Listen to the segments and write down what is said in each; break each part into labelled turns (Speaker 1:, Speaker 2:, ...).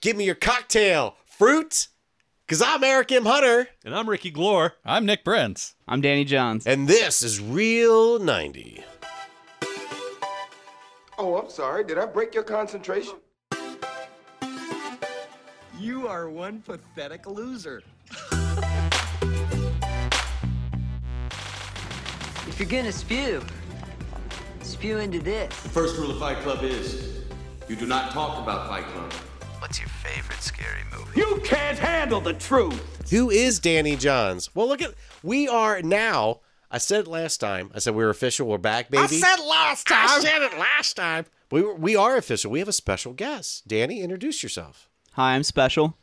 Speaker 1: Give me your cocktail, fruit, because I'm Eric M. Hunter,
Speaker 2: And I'm Ricky Glore.
Speaker 3: I'm Nick Brents.
Speaker 4: I'm Danny Johns.
Speaker 1: and this is Real 90.
Speaker 5: Oh, I'm sorry. Did I break your concentration?
Speaker 6: You are one pathetic loser.
Speaker 7: If you're gonna spew, spew into this.
Speaker 8: First rule of Fight Club is you do not talk about Fight Club.
Speaker 1: Who is Danny Johns? Well, look at, we are now, I said it last time. I said we were official. We're back, baby. I said last time. I said it last time. We, were- we are official. We have a special guest. Danny, introduce yourself.
Speaker 4: Hi, I'm Special.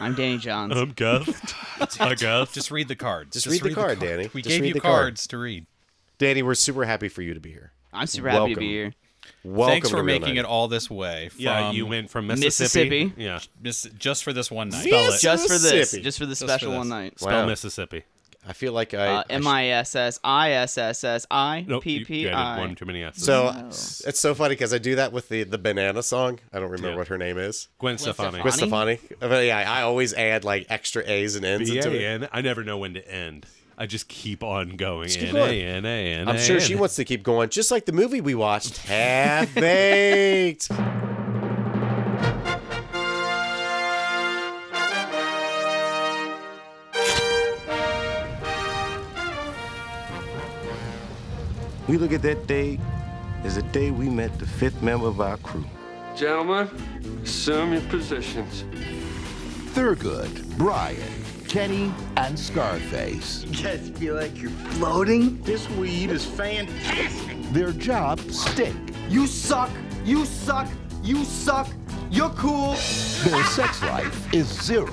Speaker 4: I'm Danny Johns.
Speaker 2: I'm Guff. I Guff.
Speaker 3: Just read the cards.
Speaker 1: Just read the card, Danny.
Speaker 3: We
Speaker 1: Just
Speaker 3: gave
Speaker 1: read
Speaker 3: you
Speaker 1: the
Speaker 3: cards
Speaker 1: card.
Speaker 3: to read.
Speaker 1: Danny, we're super happy for you to be here.
Speaker 4: I'm super happy to
Speaker 1: welcome.
Speaker 4: be here.
Speaker 1: Welcome
Speaker 3: Thanks
Speaker 1: to
Speaker 3: for
Speaker 1: Real
Speaker 3: making
Speaker 1: 90.
Speaker 3: it all this way. From,
Speaker 2: Yeah, you went from Mississippi.
Speaker 4: Mississippi.
Speaker 2: Yeah.
Speaker 3: miss- just for this one night.
Speaker 1: Yes.
Speaker 4: Just for this,
Speaker 1: Mississippi.
Speaker 4: just for the
Speaker 3: for
Speaker 4: special
Speaker 3: this.
Speaker 4: one night.
Speaker 1: Wow.
Speaker 2: Spell Mississippi.
Speaker 1: I feel like I.
Speaker 4: Uh,
Speaker 1: I
Speaker 4: M I S S I S S S I Oh.
Speaker 2: Nope.
Speaker 4: P
Speaker 2: you-
Speaker 4: P
Speaker 2: you added
Speaker 4: I.
Speaker 2: one too many S's.
Speaker 1: So uh, it's so funny because I do that with the the banana song. I don't remember
Speaker 2: Yeah.
Speaker 1: what her name is.
Speaker 2: Gwen Stefani.
Speaker 1: Gwen Stefani. Uh, But yeah, I always add like extra A's and N's
Speaker 2: Yeah,
Speaker 1: into it.
Speaker 2: and I never know when to end. I just keep on going.
Speaker 1: Just keep
Speaker 2: and
Speaker 1: going.
Speaker 2: and and
Speaker 1: I'm sure she
Speaker 2: and.
Speaker 1: wants to keep going, just like the movie we watched, Half Baked.
Speaker 9: We look at that day as a day we met the fifth member of our crew.
Speaker 5: Gentlemen, assume your positions.
Speaker 10: Thurgood, Brian, Kenny, and Scarface.
Speaker 6: Just feel like you're floating.
Speaker 10: This weed is fantastic. Their job stink.
Speaker 6: You suck. You suck. You suck. You're cool.
Speaker 10: Their sex life is zero.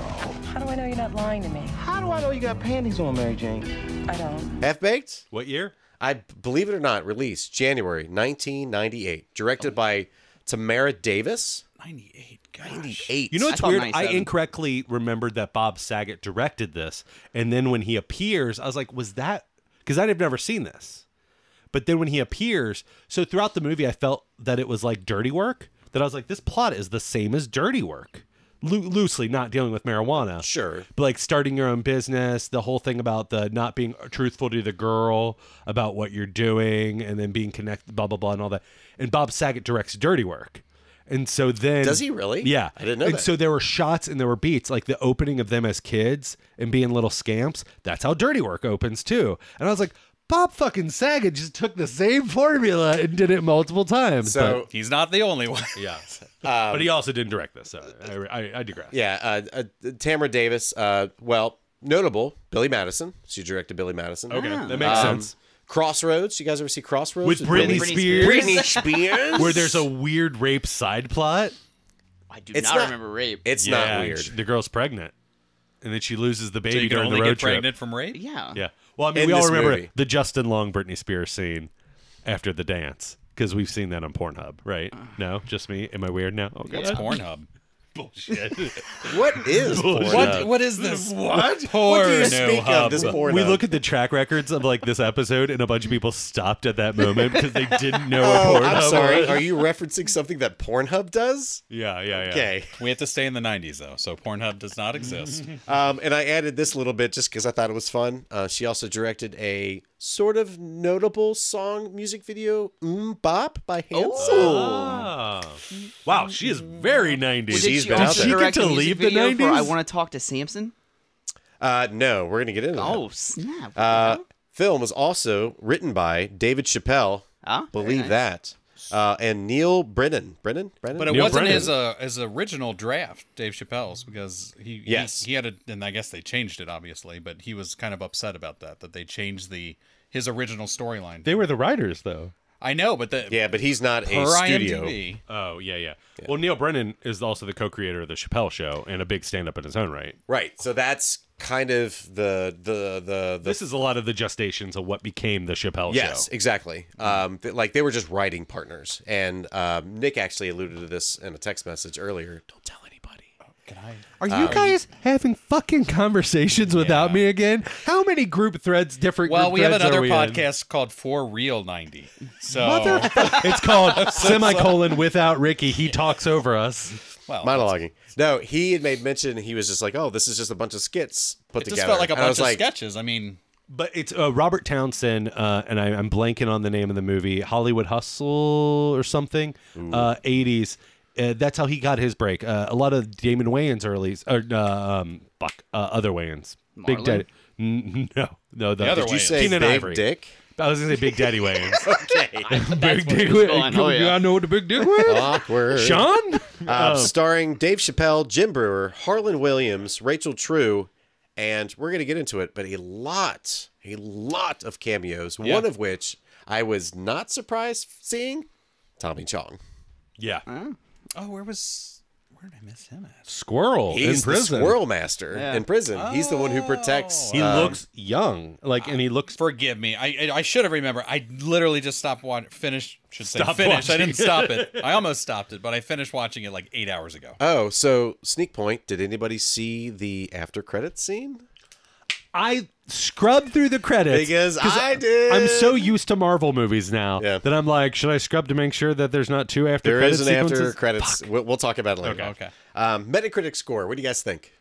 Speaker 7: How do I know you're not lying to me?
Speaker 9: How do I know you got panties on, Mary Jane?
Speaker 7: I don't.
Speaker 1: Half Baked,
Speaker 2: What year?
Speaker 1: I believe it or not, released January 1998, directed by Tamara Davis.
Speaker 3: 98. Gosh.
Speaker 1: 98.
Speaker 2: You know what's
Speaker 4: thought
Speaker 2: weird? I
Speaker 4: 97.
Speaker 2: incorrectly remembered that Bob Saget directed this, and then when he appears, I was like, "Was that?" Because I'd have never seen this. But then when he appears, so throughout the movie, I felt that it was like Dirty Work. That I was like, "This plot is the same as Dirty Work." Loo- loosely, not dealing with marijuana,
Speaker 1: Sure.
Speaker 2: but like starting your own business, the whole thing about the not being truthful to the girl about what you're doing, and then being connected, blah blah blah, and all that. And Bob Saget directs Dirty Work, and so then
Speaker 1: Does he really?
Speaker 2: Yeah,
Speaker 1: I didn't know
Speaker 2: And
Speaker 1: that.
Speaker 2: so there were shots and there were beats, like the opening of them as kids and being little scamps. That's how Dirty Work opens too. And I was like, Bob fucking Saget just took the same formula and did it multiple times.
Speaker 1: So
Speaker 3: He's not the only one.
Speaker 2: but, um, yeah, but he also didn't direct this. So I, I, I digress.
Speaker 1: Yeah, uh, uh, Tamara Davis. Uh, well, notable Billy Madison. She directed Billy Madison.
Speaker 2: Okay, that makes
Speaker 1: Um,
Speaker 2: sense.
Speaker 1: Crossroads. You guys ever see Crossroads
Speaker 2: With Britney,
Speaker 4: Britney
Speaker 2: Spears,
Speaker 1: Britney Spears?
Speaker 2: where there's a weird rape side plot.
Speaker 4: I do
Speaker 1: It's
Speaker 4: not,
Speaker 1: not-
Speaker 4: remember rape.
Speaker 1: It's not
Speaker 2: and
Speaker 1: weird.
Speaker 2: she- the girl's pregnant, and then she loses the baby
Speaker 3: So you can
Speaker 2: during
Speaker 3: only
Speaker 2: the road
Speaker 3: get
Speaker 2: trip.
Speaker 3: pregnant from rape?
Speaker 4: yeah.
Speaker 2: Yeah. Well, I mean,
Speaker 1: In
Speaker 2: we all
Speaker 1: this
Speaker 2: remember
Speaker 1: movie.
Speaker 2: the Justin Long Britney Spears scene after the dance because we've seen that on Pornhub, right?
Speaker 1: Uh.
Speaker 2: No, just me. Am I weird now? Okay.
Speaker 3: It's Pornhub.
Speaker 2: Bullshit.
Speaker 1: What is porn?
Speaker 3: What, what is this? What?
Speaker 1: What do you speak of this porn?
Speaker 2: we look at the track records of like this episode, and a bunch of people stopped at that moment because they didn't know
Speaker 1: Oh,
Speaker 2: what Pornhub.
Speaker 1: I'm sorry.
Speaker 2: was.
Speaker 1: Are you referencing something that Pornhub does?
Speaker 2: Yeah, yeah, yeah.
Speaker 1: Okay.
Speaker 3: We have to stay in the 90s, though, so Pornhub does not exist.
Speaker 1: Um, and I added this little bit just because I thought it was fun. Uh, she also directed a sort of notable song music video, Oom Bop by Hanson.
Speaker 2: Oh. Wow, she is very 90s.
Speaker 4: Well, did
Speaker 1: she's
Speaker 4: she
Speaker 1: been out
Speaker 4: also
Speaker 1: there. Did she
Speaker 4: direct
Speaker 2: get to
Speaker 4: a music
Speaker 2: leave the
Speaker 4: video for
Speaker 2: 90s?
Speaker 4: I want to talk to Samson.
Speaker 1: Uh, no, we're going to get into that.
Speaker 4: Oh snap!
Speaker 1: Uh, film was also written by David Chappelle.
Speaker 4: Ah, very
Speaker 1: believe
Speaker 4: nice.
Speaker 1: that. Uh, and Neil Brennan. Brennan? Brennan?
Speaker 3: But it
Speaker 2: Neil
Speaker 3: wasn't
Speaker 2: Brennan.
Speaker 3: his uh, his original draft, Dave Chappelle's, because he he-
Speaker 1: Yes.
Speaker 3: he, had a and I guess they changed it obviously, but he was kind of upset about that that they changed the his original storyline.
Speaker 2: They were the writers, though.
Speaker 3: I know, but the
Speaker 1: yeah, but he's not a
Speaker 3: per
Speaker 1: studio.
Speaker 3: IMDb,
Speaker 2: Oh yeah, yeah, Well, Neil Brennan is also the co-creator of the Chappelle Show and a big stand-up in his own right.
Speaker 1: Right. So that's kind of the the the, the
Speaker 2: This is a lot of the gestations of what became the Chappelle
Speaker 1: Yes,
Speaker 2: Show.
Speaker 1: exactly. Um, th- like they were just writing partners, and um, Nick actually alluded to this in a text message earlier. Don't tell anybody.
Speaker 2: Are
Speaker 3: Um,
Speaker 2: you guys having fucking conversations without me again? How many group threads, different?
Speaker 3: Well,
Speaker 2: group
Speaker 3: we have
Speaker 2: threads
Speaker 3: another
Speaker 2: are we in?
Speaker 3: podcast called For Real 90. So
Speaker 2: Motherfucker. it's called semicolon without Ricky. He talks over us.
Speaker 3: Well,
Speaker 1: monologuing. No, he had made mention. He was just like, "Oh, this is just a bunch of skits put
Speaker 3: It
Speaker 1: together."
Speaker 3: just felt like a
Speaker 1: And I
Speaker 3: bunch
Speaker 1: was
Speaker 3: of
Speaker 1: like,
Speaker 3: sketches. I mean,
Speaker 2: But it's uh, Robert Townsend, uh, and I, I'm blanking on the name of the movie, Hollywood Hustle or something, uh, 80s. Uh, that's how he got his break. Uh, a lot of Damon Wayans early, or uh, um, fuck, uh, other Wayans. Big
Speaker 4: Marlon?
Speaker 2: Daddy. N- no, no, the,
Speaker 3: The other
Speaker 1: "Did you
Speaker 3: Wayans.
Speaker 1: say
Speaker 2: Keenan
Speaker 1: Big
Speaker 2: Ivory.
Speaker 1: Dick?"
Speaker 2: I was gonna say Big Daddy Wayans.
Speaker 4: That's
Speaker 2: big
Speaker 4: where
Speaker 2: Dick
Speaker 4: he was
Speaker 2: Wayans.
Speaker 4: going. Oh, yeah.
Speaker 2: I know what the Big Dick Wayans.
Speaker 1: Awkward.
Speaker 2: Sean.
Speaker 1: Uh,
Speaker 3: um,
Speaker 1: starring Dave Chappelle, Jim Brewer, Harlan Williams, Rachel True, and we're going to get into it, but a lot, a lot of cameos, one of which I was not surprised seeing Tommy Chong.
Speaker 2: Yeah.
Speaker 3: oh, where was where did I miss him at?
Speaker 2: Squirrel
Speaker 1: He's
Speaker 2: in prison.
Speaker 1: the squirrel master in prison. He's the one who protects.
Speaker 2: He
Speaker 1: um,
Speaker 2: looks young, like, and he looks.
Speaker 3: Forgive me. I I, I should have remembered. I literally just stopped watching. Finished. Should say
Speaker 2: Stopped
Speaker 3: finished. I didn't
Speaker 2: watching.
Speaker 3: stop it. I almost stopped it, but I finished watching it like eight hours ago.
Speaker 1: Oh, so sneak point. Did anybody see the after credit scene?
Speaker 2: I scrubbed through the credits
Speaker 1: Because
Speaker 2: 'cause
Speaker 1: I did.
Speaker 2: I'm so used to Marvel movies now
Speaker 1: Yeah.
Speaker 2: that I'm like, should I scrub to make sure that there's not two after
Speaker 1: There
Speaker 2: credit
Speaker 1: is an
Speaker 2: sequences?
Speaker 1: after credits. We'll, we'll talk about it later.
Speaker 3: Okay.
Speaker 1: Um, Metacritic score. What do you guys think?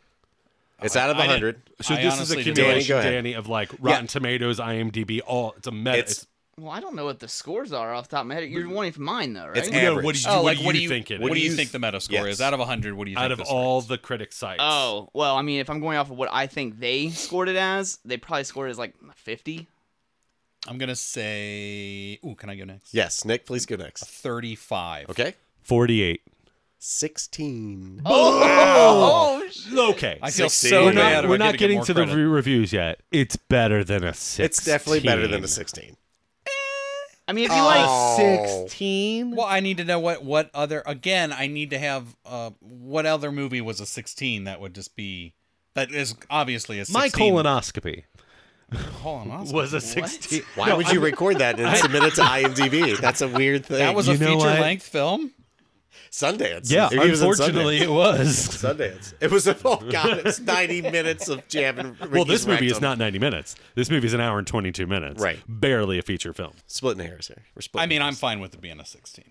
Speaker 1: It's out of
Speaker 3: I didn't-
Speaker 1: 100.
Speaker 2: So
Speaker 3: I
Speaker 2: this is a
Speaker 3: honestly didn't
Speaker 1: Danny,
Speaker 2: accumulation,
Speaker 1: go
Speaker 2: Danny,
Speaker 1: ahead.
Speaker 2: of like Rotten Tomatoes, IMDb, all it's a meta.
Speaker 1: It's-
Speaker 4: Well, I don't know what the scores are off the top of my head. You're wanting from mine though, right?
Speaker 1: It's
Speaker 2: you know, what do
Speaker 1: average.
Speaker 2: you,
Speaker 3: Oh,
Speaker 2: what
Speaker 3: like,
Speaker 2: do
Speaker 3: what
Speaker 2: you
Speaker 3: do you-
Speaker 2: think it
Speaker 3: What do you
Speaker 2: is?
Speaker 3: think the meta score
Speaker 1: Yes.
Speaker 3: is out of hundred? What do you think
Speaker 2: out of
Speaker 3: this
Speaker 2: all
Speaker 3: rates?
Speaker 2: the critic sites?
Speaker 4: Oh, well, I mean, if I'm going off of what I think they scored it as, they probably scored it as like 50.
Speaker 3: I'm gonna say. Ooh, can I go next?
Speaker 1: Yes, Nick, please go next.
Speaker 3: Thirty-five.
Speaker 1: Okay.
Speaker 2: 48.
Speaker 1: 16.
Speaker 2: Oh,
Speaker 4: Oh,
Speaker 2: Okay,
Speaker 3: I feel
Speaker 1: 16.
Speaker 3: so
Speaker 2: we're
Speaker 1: bad
Speaker 2: not
Speaker 3: bad.
Speaker 2: we're not getting
Speaker 3: more
Speaker 2: to
Speaker 3: credit.
Speaker 2: the re- reviews yet. It's better than a sixteen.
Speaker 1: It's definitely better than a 16.
Speaker 4: I mean, if you
Speaker 2: Oh.
Speaker 4: like,
Speaker 1: Oh.
Speaker 2: sixteen.
Speaker 3: Well, I need to know what what other again. I need to have uh what other movie was a sixteen that would just be that is obviously a 16.
Speaker 2: My colonoscopy
Speaker 3: Colonoscopy.
Speaker 2: was a sixteen.
Speaker 1: Why would you record that and submit it to IMDb? That's a weird thing.
Speaker 3: That was
Speaker 2: You
Speaker 3: a
Speaker 2: know
Speaker 3: feature
Speaker 2: what?
Speaker 3: length film.
Speaker 1: Sundance.
Speaker 2: Yeah,
Speaker 1: He was in
Speaker 2: unfortunately,
Speaker 1: Sundance.
Speaker 2: it was.
Speaker 1: Sundance. It was a, oh god, it's 90 minutes of jabbing.
Speaker 2: Well, this movie is not 90 minutes. This movie is an hour and 22 minutes.
Speaker 1: Right.
Speaker 2: Barely a feature film.
Speaker 1: splitting hairs here. We're splitting.
Speaker 3: I mean, I'm
Speaker 1: hairs.
Speaker 3: fine with it being a sixteen.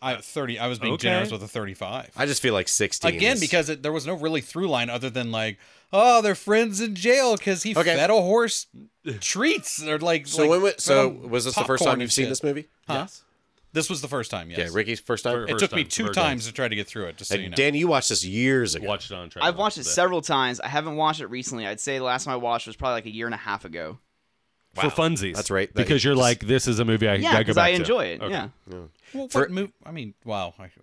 Speaker 3: I thirty. I was being
Speaker 2: Okay.
Speaker 3: generous with a thirty-five.
Speaker 1: I just feel like 16
Speaker 3: Again,
Speaker 1: is-
Speaker 3: because it, there was no really through line other than like, oh, their friends in jail because he
Speaker 1: Okay.
Speaker 3: fed a horse treats or like.
Speaker 1: so
Speaker 3: like,
Speaker 1: when we,
Speaker 3: fed
Speaker 1: so
Speaker 3: him
Speaker 1: was this the first
Speaker 3: popcorn
Speaker 1: time
Speaker 3: and
Speaker 1: you've seen
Speaker 3: shit.
Speaker 1: this movie?
Speaker 3: Huh? This was the first time. Yes.
Speaker 1: Yeah, Ricky's first time.
Speaker 3: It
Speaker 2: First
Speaker 3: took me
Speaker 2: time,
Speaker 3: two
Speaker 2: third time.
Speaker 3: times to try to get through it. Just so
Speaker 1: And
Speaker 3: you know.
Speaker 1: Danny, you watched this years ago.
Speaker 2: Watched it on
Speaker 4: I've watched it several times. I haven't watched it recently. I'd say the last time I watched was probably like a year and a half ago.
Speaker 2: For funsies.
Speaker 1: That's right. That-
Speaker 2: Because you're like, this is a movie I
Speaker 4: Yeah,
Speaker 2: gotta go
Speaker 4: because
Speaker 2: back
Speaker 4: I
Speaker 2: to.
Speaker 4: enjoy it.
Speaker 2: Okay.
Speaker 4: Yeah.
Speaker 3: Well, what movie? I mean, wow. I, okay.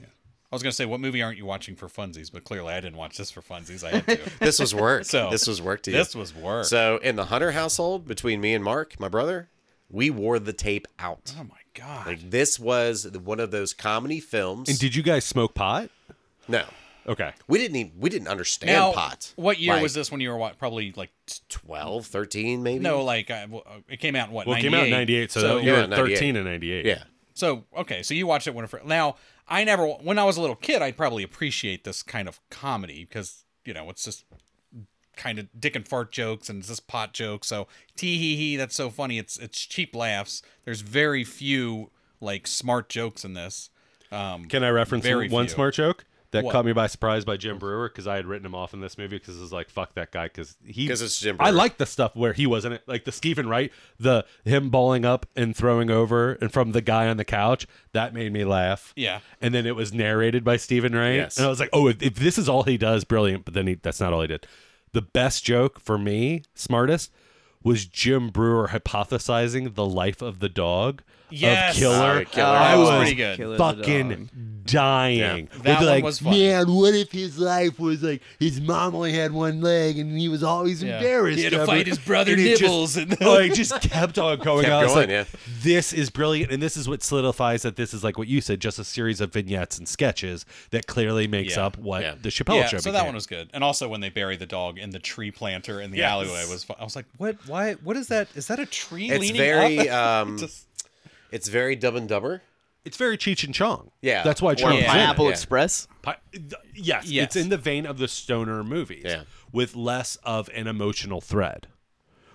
Speaker 3: Yeah. I was gonna say, what movie aren't you watching for funsies? But clearly, I didn't watch this for funsies. I had to.
Speaker 1: This was work.
Speaker 3: So
Speaker 1: this was work to you.
Speaker 3: This was work.
Speaker 1: So in the Hunter household, between me and Mark, my brother, we wore the tape out.
Speaker 3: oh my god.
Speaker 1: Like this was the- one of those comedy films.
Speaker 2: And did you guys smoke pot?
Speaker 1: no,
Speaker 2: Okay.
Speaker 1: we didn't even we didn't understand
Speaker 3: now,
Speaker 1: pot.
Speaker 3: what year
Speaker 1: Like,
Speaker 3: was this when you were wa- probably like? t-
Speaker 1: 12, 13 maybe.
Speaker 3: No, like uh, w- uh, it came out in what?
Speaker 2: Well, it came out in 98, so, that, you
Speaker 1: yeah,
Speaker 2: were
Speaker 1: 98.
Speaker 2: 13 in 98.
Speaker 1: Yeah.
Speaker 3: So okay, so you watched it when a fr- now I never when I was a little kid I'd probably appreciate this kind of comedy because you know it's just kind of dick and fart jokes and it's just pot jokes. So tee hee hee, that's so funny. It's it's cheap laughs. There's very few like smart jokes in this. Um,
Speaker 2: Can I reference
Speaker 3: Very
Speaker 2: one
Speaker 3: few.
Speaker 2: smart joke? That
Speaker 3: What?
Speaker 2: caught me by surprise by Jim Brewer because I had written him off in this movie because it was like fuck that guy because he
Speaker 1: 'Cause it's Jim
Speaker 2: I
Speaker 1: Brewer.
Speaker 2: like the stuff where he wasn't it like the Stephen Wright the him balling up and throwing over and from the guy on the couch that made me laugh
Speaker 3: Yeah.
Speaker 2: and then it was narrated by Stephen Wright
Speaker 1: Yes.
Speaker 2: and I was like oh if, if this is all he does brilliant but then he that's not all he did the best joke for me smartest was Jim Brewer hypothesizing the life of the dog
Speaker 3: Yes.
Speaker 2: of killer
Speaker 1: Oh, Killer.
Speaker 2: I
Speaker 3: That
Speaker 2: was,
Speaker 3: was pretty good.
Speaker 4: Killer the dog.
Speaker 2: fucking dying.
Speaker 3: That
Speaker 2: With,
Speaker 3: one
Speaker 2: like,
Speaker 3: was fun.
Speaker 2: Man, what if his life was like his mom only had one leg and he was always
Speaker 3: Yeah.
Speaker 2: embarrassed?
Speaker 3: He had to
Speaker 2: of
Speaker 3: fight
Speaker 2: it,
Speaker 3: his brother
Speaker 2: and it
Speaker 3: Nibbles
Speaker 2: Just,
Speaker 3: and-
Speaker 2: like just kept on going.
Speaker 1: Kept
Speaker 2: I was
Speaker 1: going,
Speaker 2: like, this is brilliant, and this is what solidifies that this is like what you said, just a series of vignettes and sketches that clearly makes
Speaker 3: Yeah.
Speaker 2: up what
Speaker 1: Yeah.
Speaker 2: the Chappelle
Speaker 3: yeah,
Speaker 2: show.
Speaker 3: so that
Speaker 2: became.
Speaker 3: one was good. And also when they bury the dog in the tree planter in the
Speaker 2: Yes.
Speaker 3: alleyway was fun. I was like, what? Why? What is that? Is that a tree?
Speaker 1: It's
Speaker 3: leaning
Speaker 1: very
Speaker 3: up?
Speaker 1: um,
Speaker 3: Just-
Speaker 1: it's very Dumb and Dumber.
Speaker 2: It's very Cheech and Chong.
Speaker 1: Yeah.
Speaker 2: that's why
Speaker 1: Or
Speaker 2: Chong's in it.
Speaker 4: Pineapple
Speaker 1: Yeah.
Speaker 4: Express.
Speaker 2: Pi- th- yes,
Speaker 3: Yes.
Speaker 2: it's in the vein of the stoner movies,
Speaker 1: Yeah.
Speaker 2: with less of an emotional thread,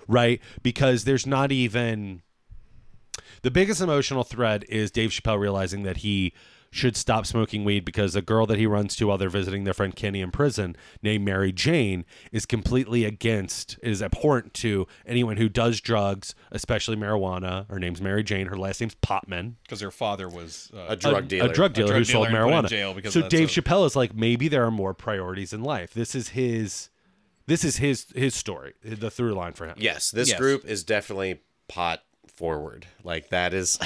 Speaker 2: right? Because there's not even the biggest emotional thread is Dave Chappelle realizing that he should stop smoking weed because a girl that he runs to while they're visiting their friend Kenny in prison, named Mary Jane, is completely against, is abhorrent to anyone who does drugs, especially marijuana. Her name's Mary Jane. Her last name's Potman
Speaker 3: because her father was uh,
Speaker 1: a drug dealer.
Speaker 2: a drug dealer
Speaker 3: drug
Speaker 2: who sold
Speaker 3: dealer and put in
Speaker 2: marijuana.
Speaker 3: jail because
Speaker 2: so
Speaker 3: that's
Speaker 2: Dave
Speaker 3: a-
Speaker 2: Chappelle is like, maybe there are more priorities in life. This is his, this is his his story, the through line for him.
Speaker 1: Yes, this
Speaker 3: Yes.
Speaker 1: group is definitely pot forward. Like that is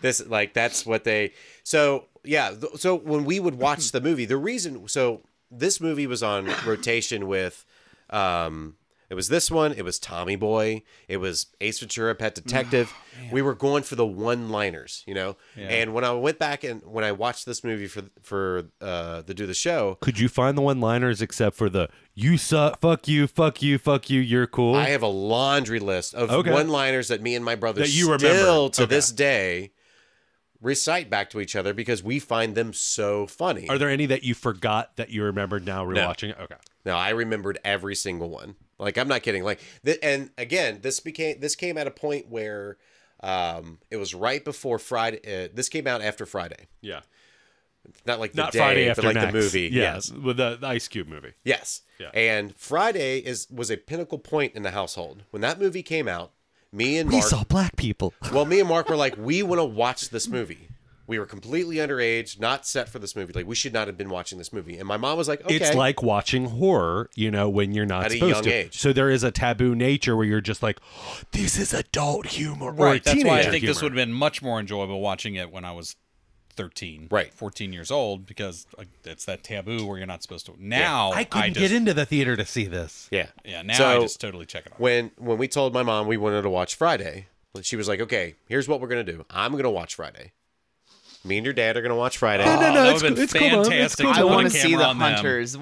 Speaker 1: this like that's what they so yeah, th- so when we would watch the movie, the reason so this movie was on rotation with um it was this one, it was Tommy Boy, it was Ace Ventura Pet Detective. we were going for the one-liners, you know. And when I went back and when I watched this movie for for uh the do the show,
Speaker 2: Could you find the one liners except for the you suck, fuck you, fuck you, fuck you, you're cool?
Speaker 1: I have a laundry list of
Speaker 2: Okay.
Speaker 1: one-liners that me and my brother
Speaker 2: That you remember.
Speaker 1: still to
Speaker 2: Okay.
Speaker 1: this day recite back to each other because we find them so funny.
Speaker 2: Are there any that you forgot that you remembered now rewatching it? Okay.
Speaker 1: no, I remembered every single one. Like I'm not kidding. Like th- and again, this became this came at a point where um it was right before Friday. Uh, this came out after Friday.
Speaker 2: Yeah.
Speaker 1: Not like the
Speaker 2: Not
Speaker 1: day,
Speaker 2: Friday
Speaker 1: but
Speaker 2: after
Speaker 1: like
Speaker 2: next.
Speaker 1: the movie.
Speaker 2: Yeah,
Speaker 1: Yes.
Speaker 2: With the, the Ice Cube movie.
Speaker 1: Yes.
Speaker 2: Yeah.
Speaker 1: And Friday is was a pinnacle point in the household. When that movie came out, me and Mark
Speaker 2: black people.
Speaker 1: Well, me and Mark were like, we want to watch this movie. We were completely underage, not set for this movie. Like, we should not have been watching this movie. And my mom was like, okay.
Speaker 2: It's like watching horror, you know, when you're not
Speaker 1: At a
Speaker 2: supposed
Speaker 1: young
Speaker 2: to.
Speaker 1: age.
Speaker 2: So there is a taboo nature where you're just like, this is adult humor. Or
Speaker 3: Right. That's why I
Speaker 2: teenager
Speaker 3: think this
Speaker 2: humor."
Speaker 3: would have been much more enjoyable watching it when I was 13,
Speaker 1: Right.
Speaker 3: 14 years old because like, it's that taboo where you're not supposed to. Now
Speaker 2: I couldn't
Speaker 3: just-
Speaker 2: get into the theater to see this.
Speaker 1: yeah.
Speaker 3: Yeah, now I
Speaker 1: So-
Speaker 3: just totally check it out.
Speaker 1: When when we told my mom we wanted to watch Friday, she was like, okay, here's what we're going to do. I'm going to watch Friday. Me and your dad are going to watch Friday.
Speaker 2: no,
Speaker 3: that would've
Speaker 2: it's
Speaker 3: been
Speaker 2: cool- it's cool, Mom, it's
Speaker 3: fantastic.
Speaker 2: cool,
Speaker 4: I
Speaker 2: Mom.
Speaker 3: put a
Speaker 2: wanna
Speaker 4: want to see
Speaker 3: camera
Speaker 4: the
Speaker 3: on them.
Speaker 4: hunters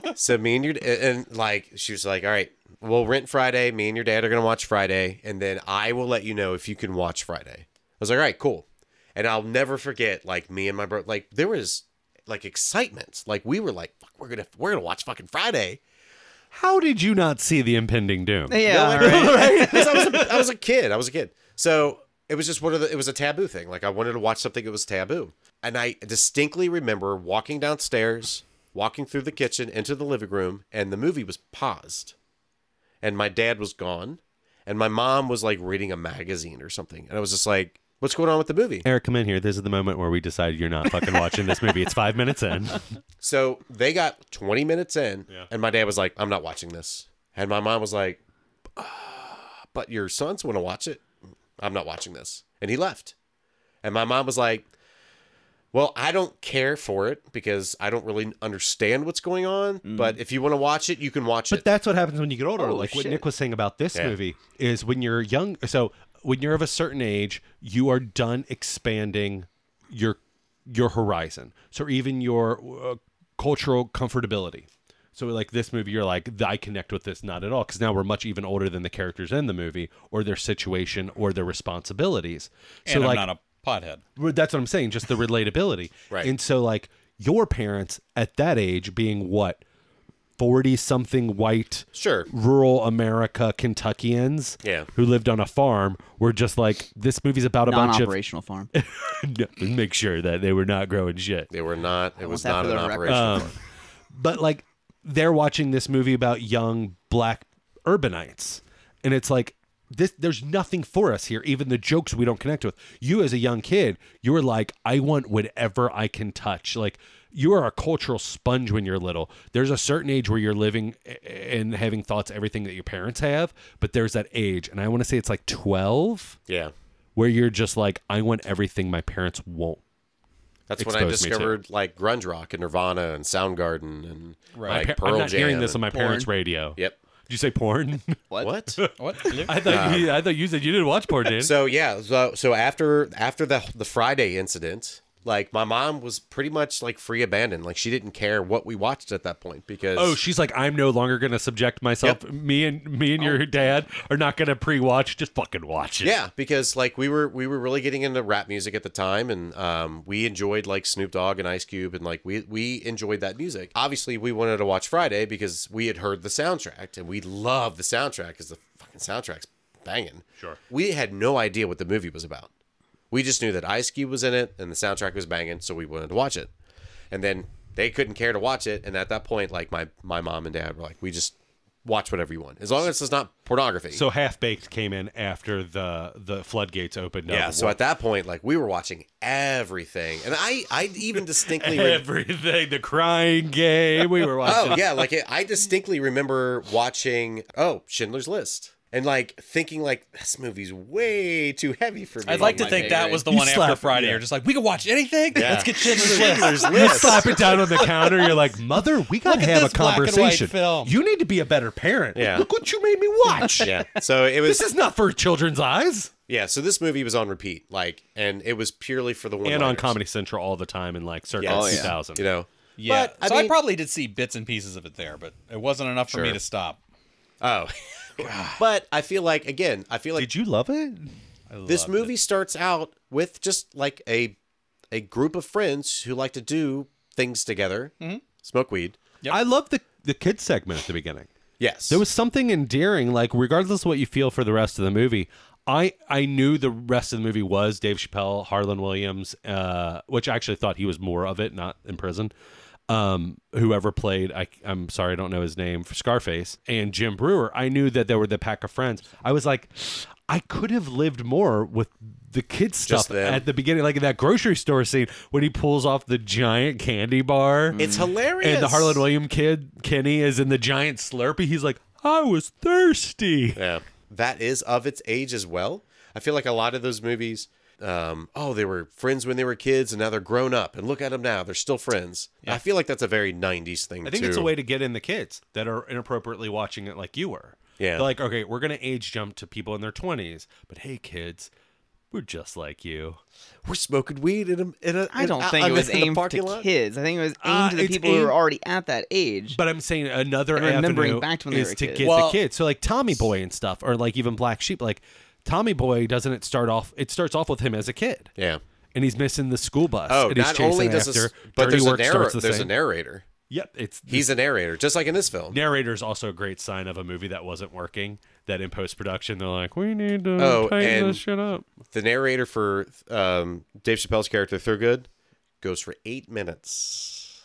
Speaker 4: watch.
Speaker 1: So me and your and like she was like, all right, we'll rent Friday. Me and your dad are gonna watch Friday, and then I will let you know if you can watch Friday. I was like, all right, cool. And I'll never forget, like me and my brother, like there was like excitement. Like we were like, fuck, we're gonna we're gonna watch fucking Friday.
Speaker 2: How did you not see the impending doom?
Speaker 4: Yeah,
Speaker 1: No,
Speaker 4: all
Speaker 1: like-
Speaker 4: right.
Speaker 1: Because I was a, I was a kid. I was a kid. So it was just one of the it was a taboo thing. Like I wanted to watch something that was taboo. And I distinctly remember walking downstairs, walking through the kitchen into the living room, and the movie was paused. And my dad was gone. And my mom was like reading a magazine or something. And I was just like, what's going on with the movie?
Speaker 2: Eric, come in here. This is the moment where we decide you're not fucking watching this movie. It's five minutes in.
Speaker 1: So they got 20 minutes in, and my dad was like, I'm not watching this. And my mom was like, "Ah, But your sons want to watch it. I'm not watching this. And he left. And my mom was like, Well, I don't care for it because I don't really understand what's going on. But if you want to watch it, you can watch
Speaker 2: But
Speaker 1: it.
Speaker 2: that's what happens when you get older. like what
Speaker 4: shit.
Speaker 2: Nick was saying about this
Speaker 1: Yeah.
Speaker 2: movie is when you're young. So when you're of a certain age, you are done expanding your your horizon. So even your uh, cultural comfortability. So like this movie, you're like I connect with this not at all because now we're much even older than the characters in the movie or their situation or their responsibilities. So
Speaker 3: and
Speaker 2: like
Speaker 3: I'm not a pothead.
Speaker 2: well, that's what I'm saying, just the relatability.
Speaker 1: Right.
Speaker 2: And so, like, your parents at that age being what? 40 something white,
Speaker 1: Sure.
Speaker 2: rural America Kentuckians
Speaker 1: Yeah.
Speaker 2: who lived on a farm were just like, this movie's about a bunch of.
Speaker 4: Non-operational farm.
Speaker 2: Make sure that they were not growing shit.
Speaker 1: they were not, it was
Speaker 4: that
Speaker 1: not
Speaker 4: for
Speaker 1: an
Speaker 4: the record.
Speaker 1: operation.
Speaker 2: Um, But, like, they're watching this movie about young black urbanites. And it's like, this, there's nothing for us here. Even the jokes we don't connect with. You as a young kid, you were like, I want whatever I can touch. Like you are a cultural sponge when you're little. There's a certain age where you're living a- and having thoughts everything that your parents have, but there's that age, and I want to say it's like 12
Speaker 1: yeah.
Speaker 2: where you're just like, I want everything my parents won't.
Speaker 1: That's when I
Speaker 2: Exposed me to.
Speaker 1: discovered like grunge rock and Nirvana and Soundgarden and
Speaker 2: My
Speaker 1: like
Speaker 2: pa-
Speaker 1: Pearl
Speaker 2: I'm not
Speaker 1: Jam.
Speaker 2: hearing this on
Speaker 1: and-
Speaker 2: my parents' radio.
Speaker 1: Yep.
Speaker 2: Did you say porn?
Speaker 4: What?
Speaker 1: What?
Speaker 3: What?
Speaker 2: I thought you, I thought you said you didn't watch porn, dude.
Speaker 1: So yeah, so so after after the the Friday incident, like my mom was pretty much like free abandoned. Like she didn't care what we watched at that point because
Speaker 2: Oh, she's like, I'm no longer gonna subject myself.
Speaker 1: Yep.
Speaker 2: Me and me and your dad are not gonna pre-watch. Just fucking watch it.
Speaker 1: yeah, because like we were we were really getting into rap music at the time, and um, we enjoyed like Snoop Dogg and Ice Cube, and like we we enjoyed that music. Obviously, we wanted to watch Friday because we had heard the soundtrack, and we love the soundtrack because the fucking soundtrack's banging. Sure, we had no idea what the movie was about. We just knew that Ice Cube was in it and the soundtrack was banging, so we wanted to watch it. And then they couldn't care to watch it, and at that point, like my my mom and dad were like, "We just watch whatever you want, as long as it's not pornography."
Speaker 2: So half baked came in after the the floodgates opened up.
Speaker 1: yeah. So at that point, like we were watching everything, and I I even distinctly re-
Speaker 2: everything, the crying game we were watching.
Speaker 1: oh yeah like it, i distinctly remember watching oh schindler's list and like thinking like this movie's way too heavy for me
Speaker 3: I'd like to
Speaker 4: my
Speaker 3: think that was the
Speaker 2: You
Speaker 3: one after
Speaker 2: slap-
Speaker 3: Friday.
Speaker 2: yeah.
Speaker 3: Or just like we can watch anything.
Speaker 1: Yeah.
Speaker 3: Let's get Schindler's List.
Speaker 2: You slap it down on the counter. You're like, mother, we gotta
Speaker 3: Look at
Speaker 2: have a
Speaker 3: this black and white
Speaker 2: conversation.
Speaker 3: film."
Speaker 2: You need to be a better parent.
Speaker 1: Yeah.
Speaker 2: Look what you made me watch.
Speaker 1: yeah so it was
Speaker 2: This is not for children's eyes.
Speaker 1: yeah so this movie was on repeat like and it was purely for the one
Speaker 2: And on Comedy Central all the time in like circa
Speaker 1: yes.
Speaker 4: Oh, yeah.
Speaker 2: 2000.
Speaker 1: you know
Speaker 3: Yeah.
Speaker 1: But, I
Speaker 3: so I
Speaker 1: mean-
Speaker 3: probably did see bits and pieces of it there, but it wasn't enough for me
Speaker 1: Sure.
Speaker 3: to stop.
Speaker 1: oh but i feel like again i feel like
Speaker 2: Did you love it?
Speaker 1: this movie starts out with just like a a group of friends who like to do things together
Speaker 2: Mm-hmm.
Speaker 1: smoke weed
Speaker 2: I love the the kids segment at the beginning.
Speaker 1: yes
Speaker 2: There was something endearing, like regardless of what you feel for the rest of the movie. I I knew the rest of the movie was Dave Chappelle, Harlan Williams, uh, which I actually thought he was more of it, not in prison. Um, whoever played, I, I'm sorry, I don't know his name for Scarface and Jim Brewer. I knew that they were the pack of friends. I was like, I could have lived more with the kids
Speaker 1: Just
Speaker 2: stuff
Speaker 1: them.
Speaker 2: at the beginning, like in that grocery store scene when he pulls off the giant candy bar.
Speaker 1: it's hilarious
Speaker 2: And the Harlan William kid, Kenny, is in the giant Slurpee. He's like, I was thirsty.
Speaker 1: Yeah. That is of its age as well. I feel like a lot of those movies, um, oh, they were friends when they were kids and now they're grown up and look at them now. They're still friends. I feel like that's a very 90s thing
Speaker 2: I think
Speaker 1: too.
Speaker 2: it's a way to get in the kids that are inappropriately watching it like you were.
Speaker 1: Yeah.
Speaker 2: They're like, okay, we're going to age jump to people in their 20s, but hey, kids, we're just like you.
Speaker 1: We're smoking weed in a. In a
Speaker 4: I
Speaker 1: in-
Speaker 4: don't
Speaker 1: out-
Speaker 4: think
Speaker 1: out
Speaker 4: it was
Speaker 1: in the
Speaker 4: aimed
Speaker 1: parking
Speaker 4: to
Speaker 1: lot.
Speaker 4: kids. I think it was aimed
Speaker 2: Uh,
Speaker 4: to the
Speaker 2: it's
Speaker 4: people who
Speaker 2: aimed-
Speaker 4: were already at that age.
Speaker 2: But I'm saying another
Speaker 4: And remembering
Speaker 2: avenue
Speaker 4: back to when they
Speaker 2: is
Speaker 4: were
Speaker 2: to
Speaker 4: kids.
Speaker 2: get
Speaker 3: Well-
Speaker 2: the kids. So like Tommy Boy and stuff, or like even Black Sheep. Like Tommy Boy doesn't it start off? It starts off with him as a kid,
Speaker 1: Yeah.
Speaker 2: and he's missing the school bus.
Speaker 1: Oh,
Speaker 2: and he's
Speaker 1: not
Speaker 2: chasing
Speaker 1: only does
Speaker 2: after.
Speaker 1: this, but
Speaker 2: Dirty
Speaker 1: there's, a,
Speaker 2: work
Speaker 1: narr-
Speaker 2: starts the
Speaker 1: there's a
Speaker 2: same.
Speaker 1: narrator.
Speaker 2: Yep, it's
Speaker 1: He's a narrator, just like in this film.
Speaker 2: narrator is also a great sign of a movie that wasn't working. That in post production they're like, we need to
Speaker 1: Oh,
Speaker 2: tighten
Speaker 1: and-
Speaker 2: this shit up.
Speaker 1: The narrator for um, Dave Chappelle's character Thurgood goes for eight minutes,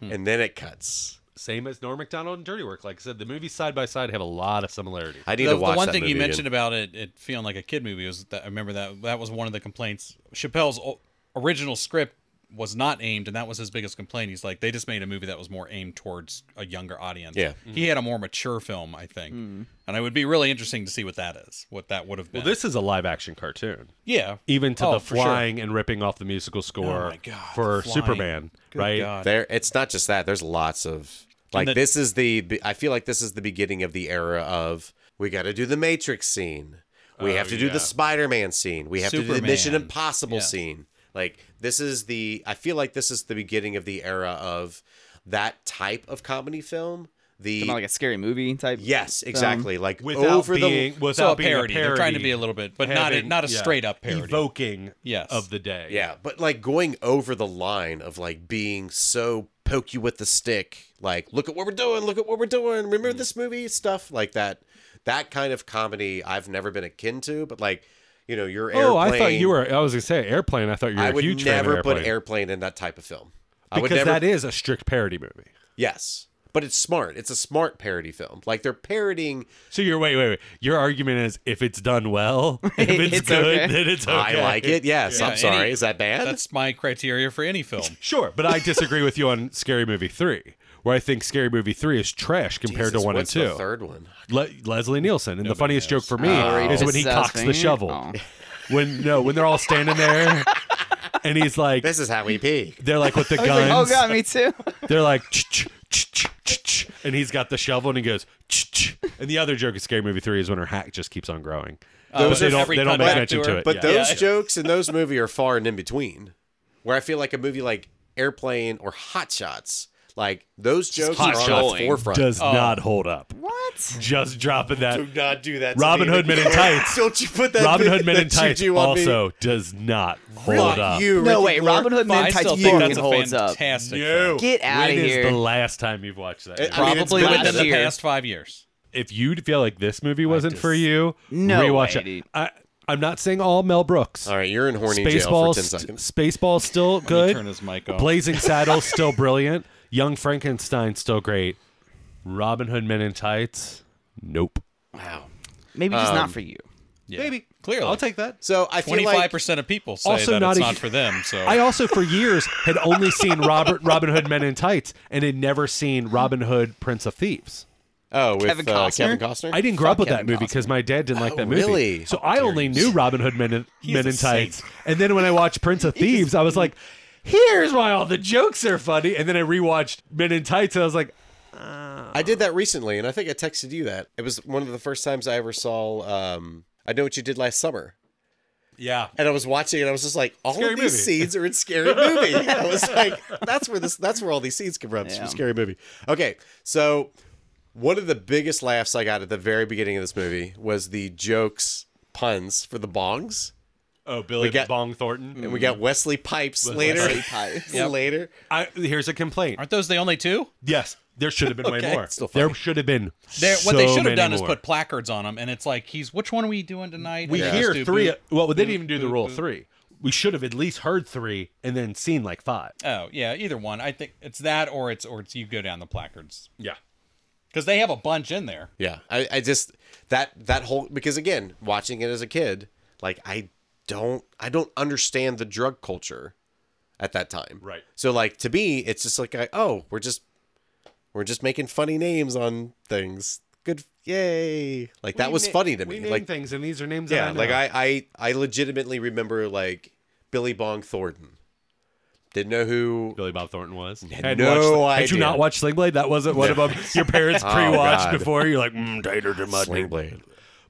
Speaker 3: Hmm.
Speaker 1: and then it cuts.
Speaker 2: Same as Norm Macdonald and Dirty Work. Like I said, the movies side by side have a lot of similarities.
Speaker 1: I need
Speaker 3: the,
Speaker 1: to
Speaker 3: the
Speaker 1: watch
Speaker 3: one
Speaker 1: that
Speaker 3: thing
Speaker 1: movie
Speaker 3: you
Speaker 1: again.
Speaker 3: mentioned about it, it feeling like a kid movie was that I remember that that was one of the complaints. Chappelle's o- original script was not aimed, and that was his biggest complaint. He's like, they just made a movie that was more aimed towards a younger audience.
Speaker 1: Yeah.
Speaker 3: he had a more mature film, I think,
Speaker 4: Mm-hmm.
Speaker 3: and it would be really interesting to see what that is, what that would have been.
Speaker 2: Well, this is a live action cartoon.
Speaker 3: yeah,
Speaker 2: Even to
Speaker 3: Oh,
Speaker 2: the
Speaker 3: for sure.
Speaker 2: flying and ripping off the musical score
Speaker 3: Oh my God,
Speaker 2: for
Speaker 3: the flying.
Speaker 2: Superman,
Speaker 3: Good
Speaker 2: right?
Speaker 3: God.
Speaker 1: There, it's not just that. There's lots of like
Speaker 2: the-
Speaker 1: this is the. be- I feel like this is the beginning of the era of we got to do the Matrix scene. We have to do the Spider-Man scene. We have to do the Mission
Speaker 3: Oh, Superman.
Speaker 1: Impossible
Speaker 3: Yes.
Speaker 1: scene. Like this is the. I feel like this is the beginning of the era of that type of comedy film. The
Speaker 4: Not like a scary movie type.
Speaker 1: yes, exactly. Like
Speaker 2: Without
Speaker 1: over
Speaker 2: being
Speaker 1: the
Speaker 2: without
Speaker 3: so a
Speaker 2: being
Speaker 3: parody. They're trying to
Speaker 2: parody,
Speaker 3: be a little bit, but not a-
Speaker 2: having-
Speaker 3: not a
Speaker 2: yeah,
Speaker 3: straight-up parody.
Speaker 2: evoking
Speaker 3: Yes.
Speaker 2: of the day.
Speaker 1: yeah, but like going over the line of like being so poke you with the stick, like look at what we're doing, look at what we're doing.
Speaker 2: Mm.
Speaker 1: Remember this movie stuff like that. That kind of comedy I've never been akin to, but like you know your airplane.
Speaker 2: Oh, I thought you were. I was gonna say airplane. I thought you were
Speaker 1: I
Speaker 2: a
Speaker 1: would
Speaker 2: huge fan of
Speaker 1: never put
Speaker 2: Airplane.
Speaker 1: airplane in that type of film. I
Speaker 2: because
Speaker 1: would never.
Speaker 2: that is a strict parody movie.
Speaker 1: yes, but it's smart. It's a smart parody film. Like they're parodying.
Speaker 2: So you're wait, wait, wait. Your argument is if it's done well, if it's,
Speaker 4: It's
Speaker 2: good,
Speaker 4: okay.
Speaker 2: then it's okay.
Speaker 1: I like it. Yes,
Speaker 3: Yeah,
Speaker 1: I'm
Speaker 3: any-
Speaker 1: sorry. is that bad?
Speaker 3: That's my criteria for any film.
Speaker 2: Sure, but I disagree with you on Scary Movie Three, where I think Scary Movie Three is trash compared
Speaker 1: Jesus,
Speaker 2: to one and
Speaker 1: what's
Speaker 2: two.
Speaker 1: The third one.
Speaker 2: Le- Leslie Nielsen, and the funniest joke for me
Speaker 4: Oh.
Speaker 2: is when he
Speaker 4: Sells
Speaker 2: cocks the
Speaker 4: finger?
Speaker 2: shovel.
Speaker 4: Oh.
Speaker 2: When no, when they're all standing there, and he's like,
Speaker 1: This is how we pee.
Speaker 2: they're like with the
Speaker 4: I was like,
Speaker 2: guns.
Speaker 4: oh god, me too.
Speaker 2: They're like, "Ch-ch, ch-ch, ch-ch," and he's got the shovel and he goes, "Ch-ch." and the other joke in Scary Movie 3 is when her hack just keeps on growing.
Speaker 3: Those
Speaker 2: but they
Speaker 3: are
Speaker 2: don't,
Speaker 3: every
Speaker 2: they don't make
Speaker 3: cutback
Speaker 2: mention
Speaker 3: to
Speaker 2: to
Speaker 3: her.
Speaker 2: it.
Speaker 1: But
Speaker 2: yeah.
Speaker 1: those
Speaker 3: Yeah.
Speaker 1: jokes in those movie are far and in between. Where I feel like a movie like Airplane or Hot Shots, like those jokes
Speaker 4: keep
Speaker 1: are on the
Speaker 4: going.
Speaker 1: forefront.
Speaker 2: does not hold up.
Speaker 4: What?
Speaker 2: Just dropping that.
Speaker 1: Do not do that. to
Speaker 2: Robin
Speaker 1: me
Speaker 2: Hood Men in
Speaker 1: again.
Speaker 2: Tights.
Speaker 1: Don't you put that
Speaker 2: Robin
Speaker 1: bit-
Speaker 2: Hood Men in
Speaker 1: that
Speaker 2: Tights
Speaker 1: juju on me.
Speaker 2: also does not hold
Speaker 1: Fuck
Speaker 2: up.
Speaker 1: you,
Speaker 4: No
Speaker 1: Ricky
Speaker 4: way,
Speaker 1: Lord.
Speaker 4: Robin Hood
Speaker 3: I
Speaker 4: Men
Speaker 3: still
Speaker 4: Tights
Speaker 3: think
Speaker 4: fucking
Speaker 3: that's a
Speaker 4: holds up.
Speaker 3: fantastic.
Speaker 2: No.
Speaker 3: film.
Speaker 4: Get out of
Speaker 2: When is
Speaker 4: here.
Speaker 2: the last time you've watched that?
Speaker 1: I mean, it's
Speaker 3: Probably
Speaker 1: been
Speaker 4: last
Speaker 3: within the
Speaker 4: year.
Speaker 3: past five years.
Speaker 2: if you feel like this movie wasn't for you,
Speaker 4: No
Speaker 2: rewatch
Speaker 4: way,
Speaker 2: it.
Speaker 4: dude.
Speaker 2: I, I'm not saying all Mel Brooks.
Speaker 1: All right, you're in horny jail for
Speaker 2: Spaceball's,
Speaker 1: ten seconds.
Speaker 2: Spaceball's still
Speaker 3: Let me
Speaker 2: good.
Speaker 3: turn his mic off.
Speaker 2: Blazing Saddles still brilliant. Young Frankenstein still great. Robin Hood Men in Tights. Nope.
Speaker 4: Maybe just
Speaker 1: Um,
Speaker 4: not for you.
Speaker 2: Maybe.
Speaker 3: Clearly.
Speaker 2: I'll take that.
Speaker 1: So I feel
Speaker 3: Twenty
Speaker 1: like
Speaker 3: five percent of people say
Speaker 2: Also
Speaker 3: that
Speaker 2: not
Speaker 3: it's
Speaker 2: a
Speaker 3: not
Speaker 2: hu-
Speaker 3: for them. So
Speaker 2: I also for years had only seen Robert Robin Hood Men in Tights and had never seen Robin Hood Prince of Thieves.
Speaker 1: oh with
Speaker 4: Kevin
Speaker 1: uh,
Speaker 4: Costner?
Speaker 1: Kevin Costner.
Speaker 2: I didn't grow up with that
Speaker 4: Kevin
Speaker 2: movie because my dad didn't like
Speaker 1: Oh,
Speaker 2: that movie.
Speaker 1: really?
Speaker 2: So I only knew Robin Hood Men in, Men
Speaker 3: a
Speaker 2: in
Speaker 3: saint.
Speaker 2: Tights. And then when I watched Prince of Thieves, I was like, here's why all the jokes are funny. And then I rewatched Men in Tights and I was like,
Speaker 1: I did that recently, and I think I texted you that. It was one of the first times I ever saw. Um, I know what you did last summer,
Speaker 3: yeah,
Speaker 1: and I was watching it. And I was just like, all
Speaker 2: Scary
Speaker 1: of these
Speaker 2: Movie.
Speaker 1: scenes are in scary movie. I was like, that's where this. That's where all these scenes come from. It's
Speaker 4: Yeah.
Speaker 1: from scary movie. Okay, so one of the biggest laughs I got at the very beginning of this movie was the jokes puns for the bongs,
Speaker 2: oh, Billy
Speaker 1: We got-
Speaker 2: Bong Thornton.
Speaker 3: Mm.
Speaker 1: and we got Wesley Pipes later.
Speaker 4: Wesley Pipes. Yep.
Speaker 1: Later,
Speaker 2: I, here's a complaint.
Speaker 3: aren't those the only two?
Speaker 2: Yes, there should have been way
Speaker 1: Okay,
Speaker 2: more.
Speaker 1: it's still funny.
Speaker 2: There should have been.
Speaker 3: They're, what they
Speaker 2: so
Speaker 3: should have
Speaker 2: many
Speaker 3: done is
Speaker 2: more.
Speaker 3: put placards on them, and it's like he's which one are we doing tonight?
Speaker 2: We
Speaker 3: And let's
Speaker 2: hear
Speaker 3: do
Speaker 2: three.
Speaker 3: boot-
Speaker 2: well, they didn't even do the rule of three. We should have at least heard three and then seen like five.
Speaker 3: Oh yeah, either one. I think it's that or it's or it's you go down the placards
Speaker 2: Yeah.
Speaker 3: because they have a bunch in there.
Speaker 1: Yeah, I, I just that that whole because again, watching it as a kid, like I don't I don't understand the drug culture at that time.
Speaker 2: Right.
Speaker 1: So like to me, it's just like I, oh, we're just we're just making funny names on things. Good, yay! Like that was funny to me. like
Speaker 2: things, and these are names.
Speaker 1: yeah,
Speaker 2: that I
Speaker 1: like I, I I legitimately remember like Billy Bong Thornton. Didn't know who.
Speaker 2: Billy Bob Thornton was. Had,
Speaker 1: no
Speaker 2: watched, Had
Speaker 1: idea.
Speaker 2: you not watched Sling Blade? That wasn't one of them. Your parents pre-watched
Speaker 1: God.
Speaker 2: before. You're like, mm, tighter than my
Speaker 1: Sling
Speaker 2: dick."
Speaker 1: Blade.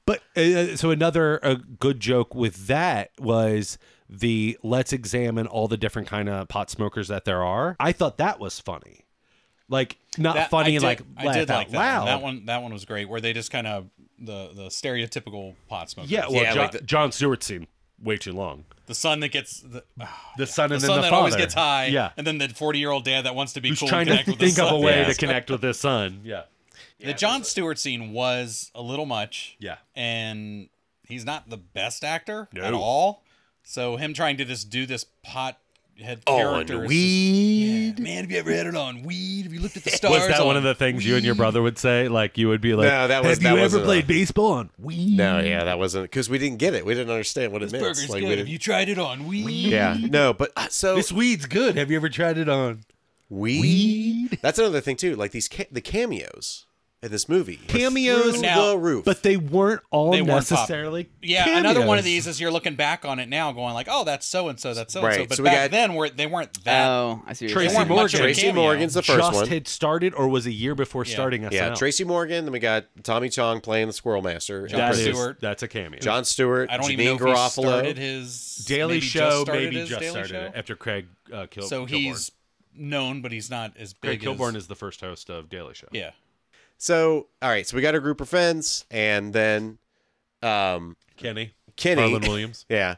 Speaker 2: But uh, so another uh, good joke with that was the let's examine all the different kind of pot smokers that there are. I thought that was funny, like not
Speaker 3: That-
Speaker 2: funny
Speaker 3: I did-
Speaker 2: like
Speaker 3: I
Speaker 2: laugh
Speaker 3: did
Speaker 2: out
Speaker 3: like that
Speaker 2: loud.
Speaker 3: One. That one that one was great where they just kind of the the stereotypical pot smokers.
Speaker 2: Yeah, well,
Speaker 1: Yeah,
Speaker 2: Jo-
Speaker 1: like the-
Speaker 2: John Stewart seemed way too long.
Speaker 3: the son that gets the, ah,
Speaker 2: The son
Speaker 3: the
Speaker 2: and then
Speaker 3: son
Speaker 2: the
Speaker 3: that
Speaker 2: father.
Speaker 3: always gets high.
Speaker 2: Yeah,
Speaker 3: and then the forty year old dad that wants to be
Speaker 2: who's
Speaker 3: cool
Speaker 2: trying
Speaker 3: and
Speaker 2: to
Speaker 3: connect with
Speaker 2: think
Speaker 3: his
Speaker 2: of a
Speaker 3: son.
Speaker 2: way
Speaker 1: Yeah.
Speaker 2: to connect with his son. Yeah,
Speaker 3: the John Stewart scene was a little much.
Speaker 2: Yeah.
Speaker 3: and he's not the best actor at
Speaker 2: No.
Speaker 3: all. So him trying to just do this pot head
Speaker 2: Oh,
Speaker 1: On
Speaker 3: character. is just-
Speaker 1: weed.
Speaker 3: Man, have you ever had it on weed? Have you looked at the stars?
Speaker 2: was that
Speaker 3: on
Speaker 2: one of the things you and your brother would say? Like you would be like,
Speaker 1: No, that was-
Speaker 2: "Have
Speaker 1: that
Speaker 2: you ever
Speaker 1: wasn't a-
Speaker 2: played baseball on weed?"
Speaker 1: No, yeah, that wasn't because we didn't get it. We didn't understand what it meant.
Speaker 3: burgers?
Speaker 1: Like, we
Speaker 3: good. Have
Speaker 1: didn't-
Speaker 3: you tried it on weed?
Speaker 1: Yeah. No, but uh, so
Speaker 2: This weed's good. Have you ever tried it on?
Speaker 1: weed. That's another thing too. Like these ca- the cameos in this movie.
Speaker 2: Cameos,
Speaker 1: Through
Speaker 3: Now-
Speaker 1: the roof.
Speaker 2: But they weren't all
Speaker 3: They weren't pop-
Speaker 2: necessarily.
Speaker 3: Yeah, another one of
Speaker 2: cameos.
Speaker 3: these is you're looking back on it now, going like, "Oh, that's so and so, that's so and so."
Speaker 1: Right,
Speaker 3: But
Speaker 1: so we got-
Speaker 3: back then, were they weren't that.
Speaker 4: Oh, I see. What you're
Speaker 2: Tracy
Speaker 4: saying.
Speaker 3: Morgan.
Speaker 2: Morgan.
Speaker 3: much of a
Speaker 1: uh, Tracy
Speaker 3: cameo.
Speaker 1: Morgan's the first
Speaker 2: just
Speaker 1: one.
Speaker 2: had started or was a year before
Speaker 3: Yeah.
Speaker 2: starting SNL.
Speaker 1: yeah, Tracy Morgan. Then we got Tommy Chong playing the Squirrel Master.
Speaker 3: John
Speaker 2: That
Speaker 1: Chris-
Speaker 2: is,
Speaker 3: Stewart.
Speaker 2: that's a cameo.
Speaker 1: John Stewart.
Speaker 3: I don't
Speaker 1: Janine
Speaker 3: even know if he
Speaker 1: Garofalo.
Speaker 3: started his
Speaker 2: Daily
Speaker 3: maybe
Speaker 2: Show
Speaker 3: Just started
Speaker 2: maybe
Speaker 3: his
Speaker 2: just
Speaker 3: Daily
Speaker 2: started
Speaker 3: Show?
Speaker 2: it after Craig uh, Kil-
Speaker 3: So
Speaker 2: Kilborn.
Speaker 3: he's known, but he's not as
Speaker 2: Craig
Speaker 3: big.
Speaker 2: Kilborn
Speaker 3: as,
Speaker 2: is the first host of Daily Show.
Speaker 3: yeah.
Speaker 1: So all right, so we got our group of friends, and then um,
Speaker 2: Kenny,
Speaker 1: Kenny
Speaker 2: Harlan Williams.
Speaker 1: Yeah.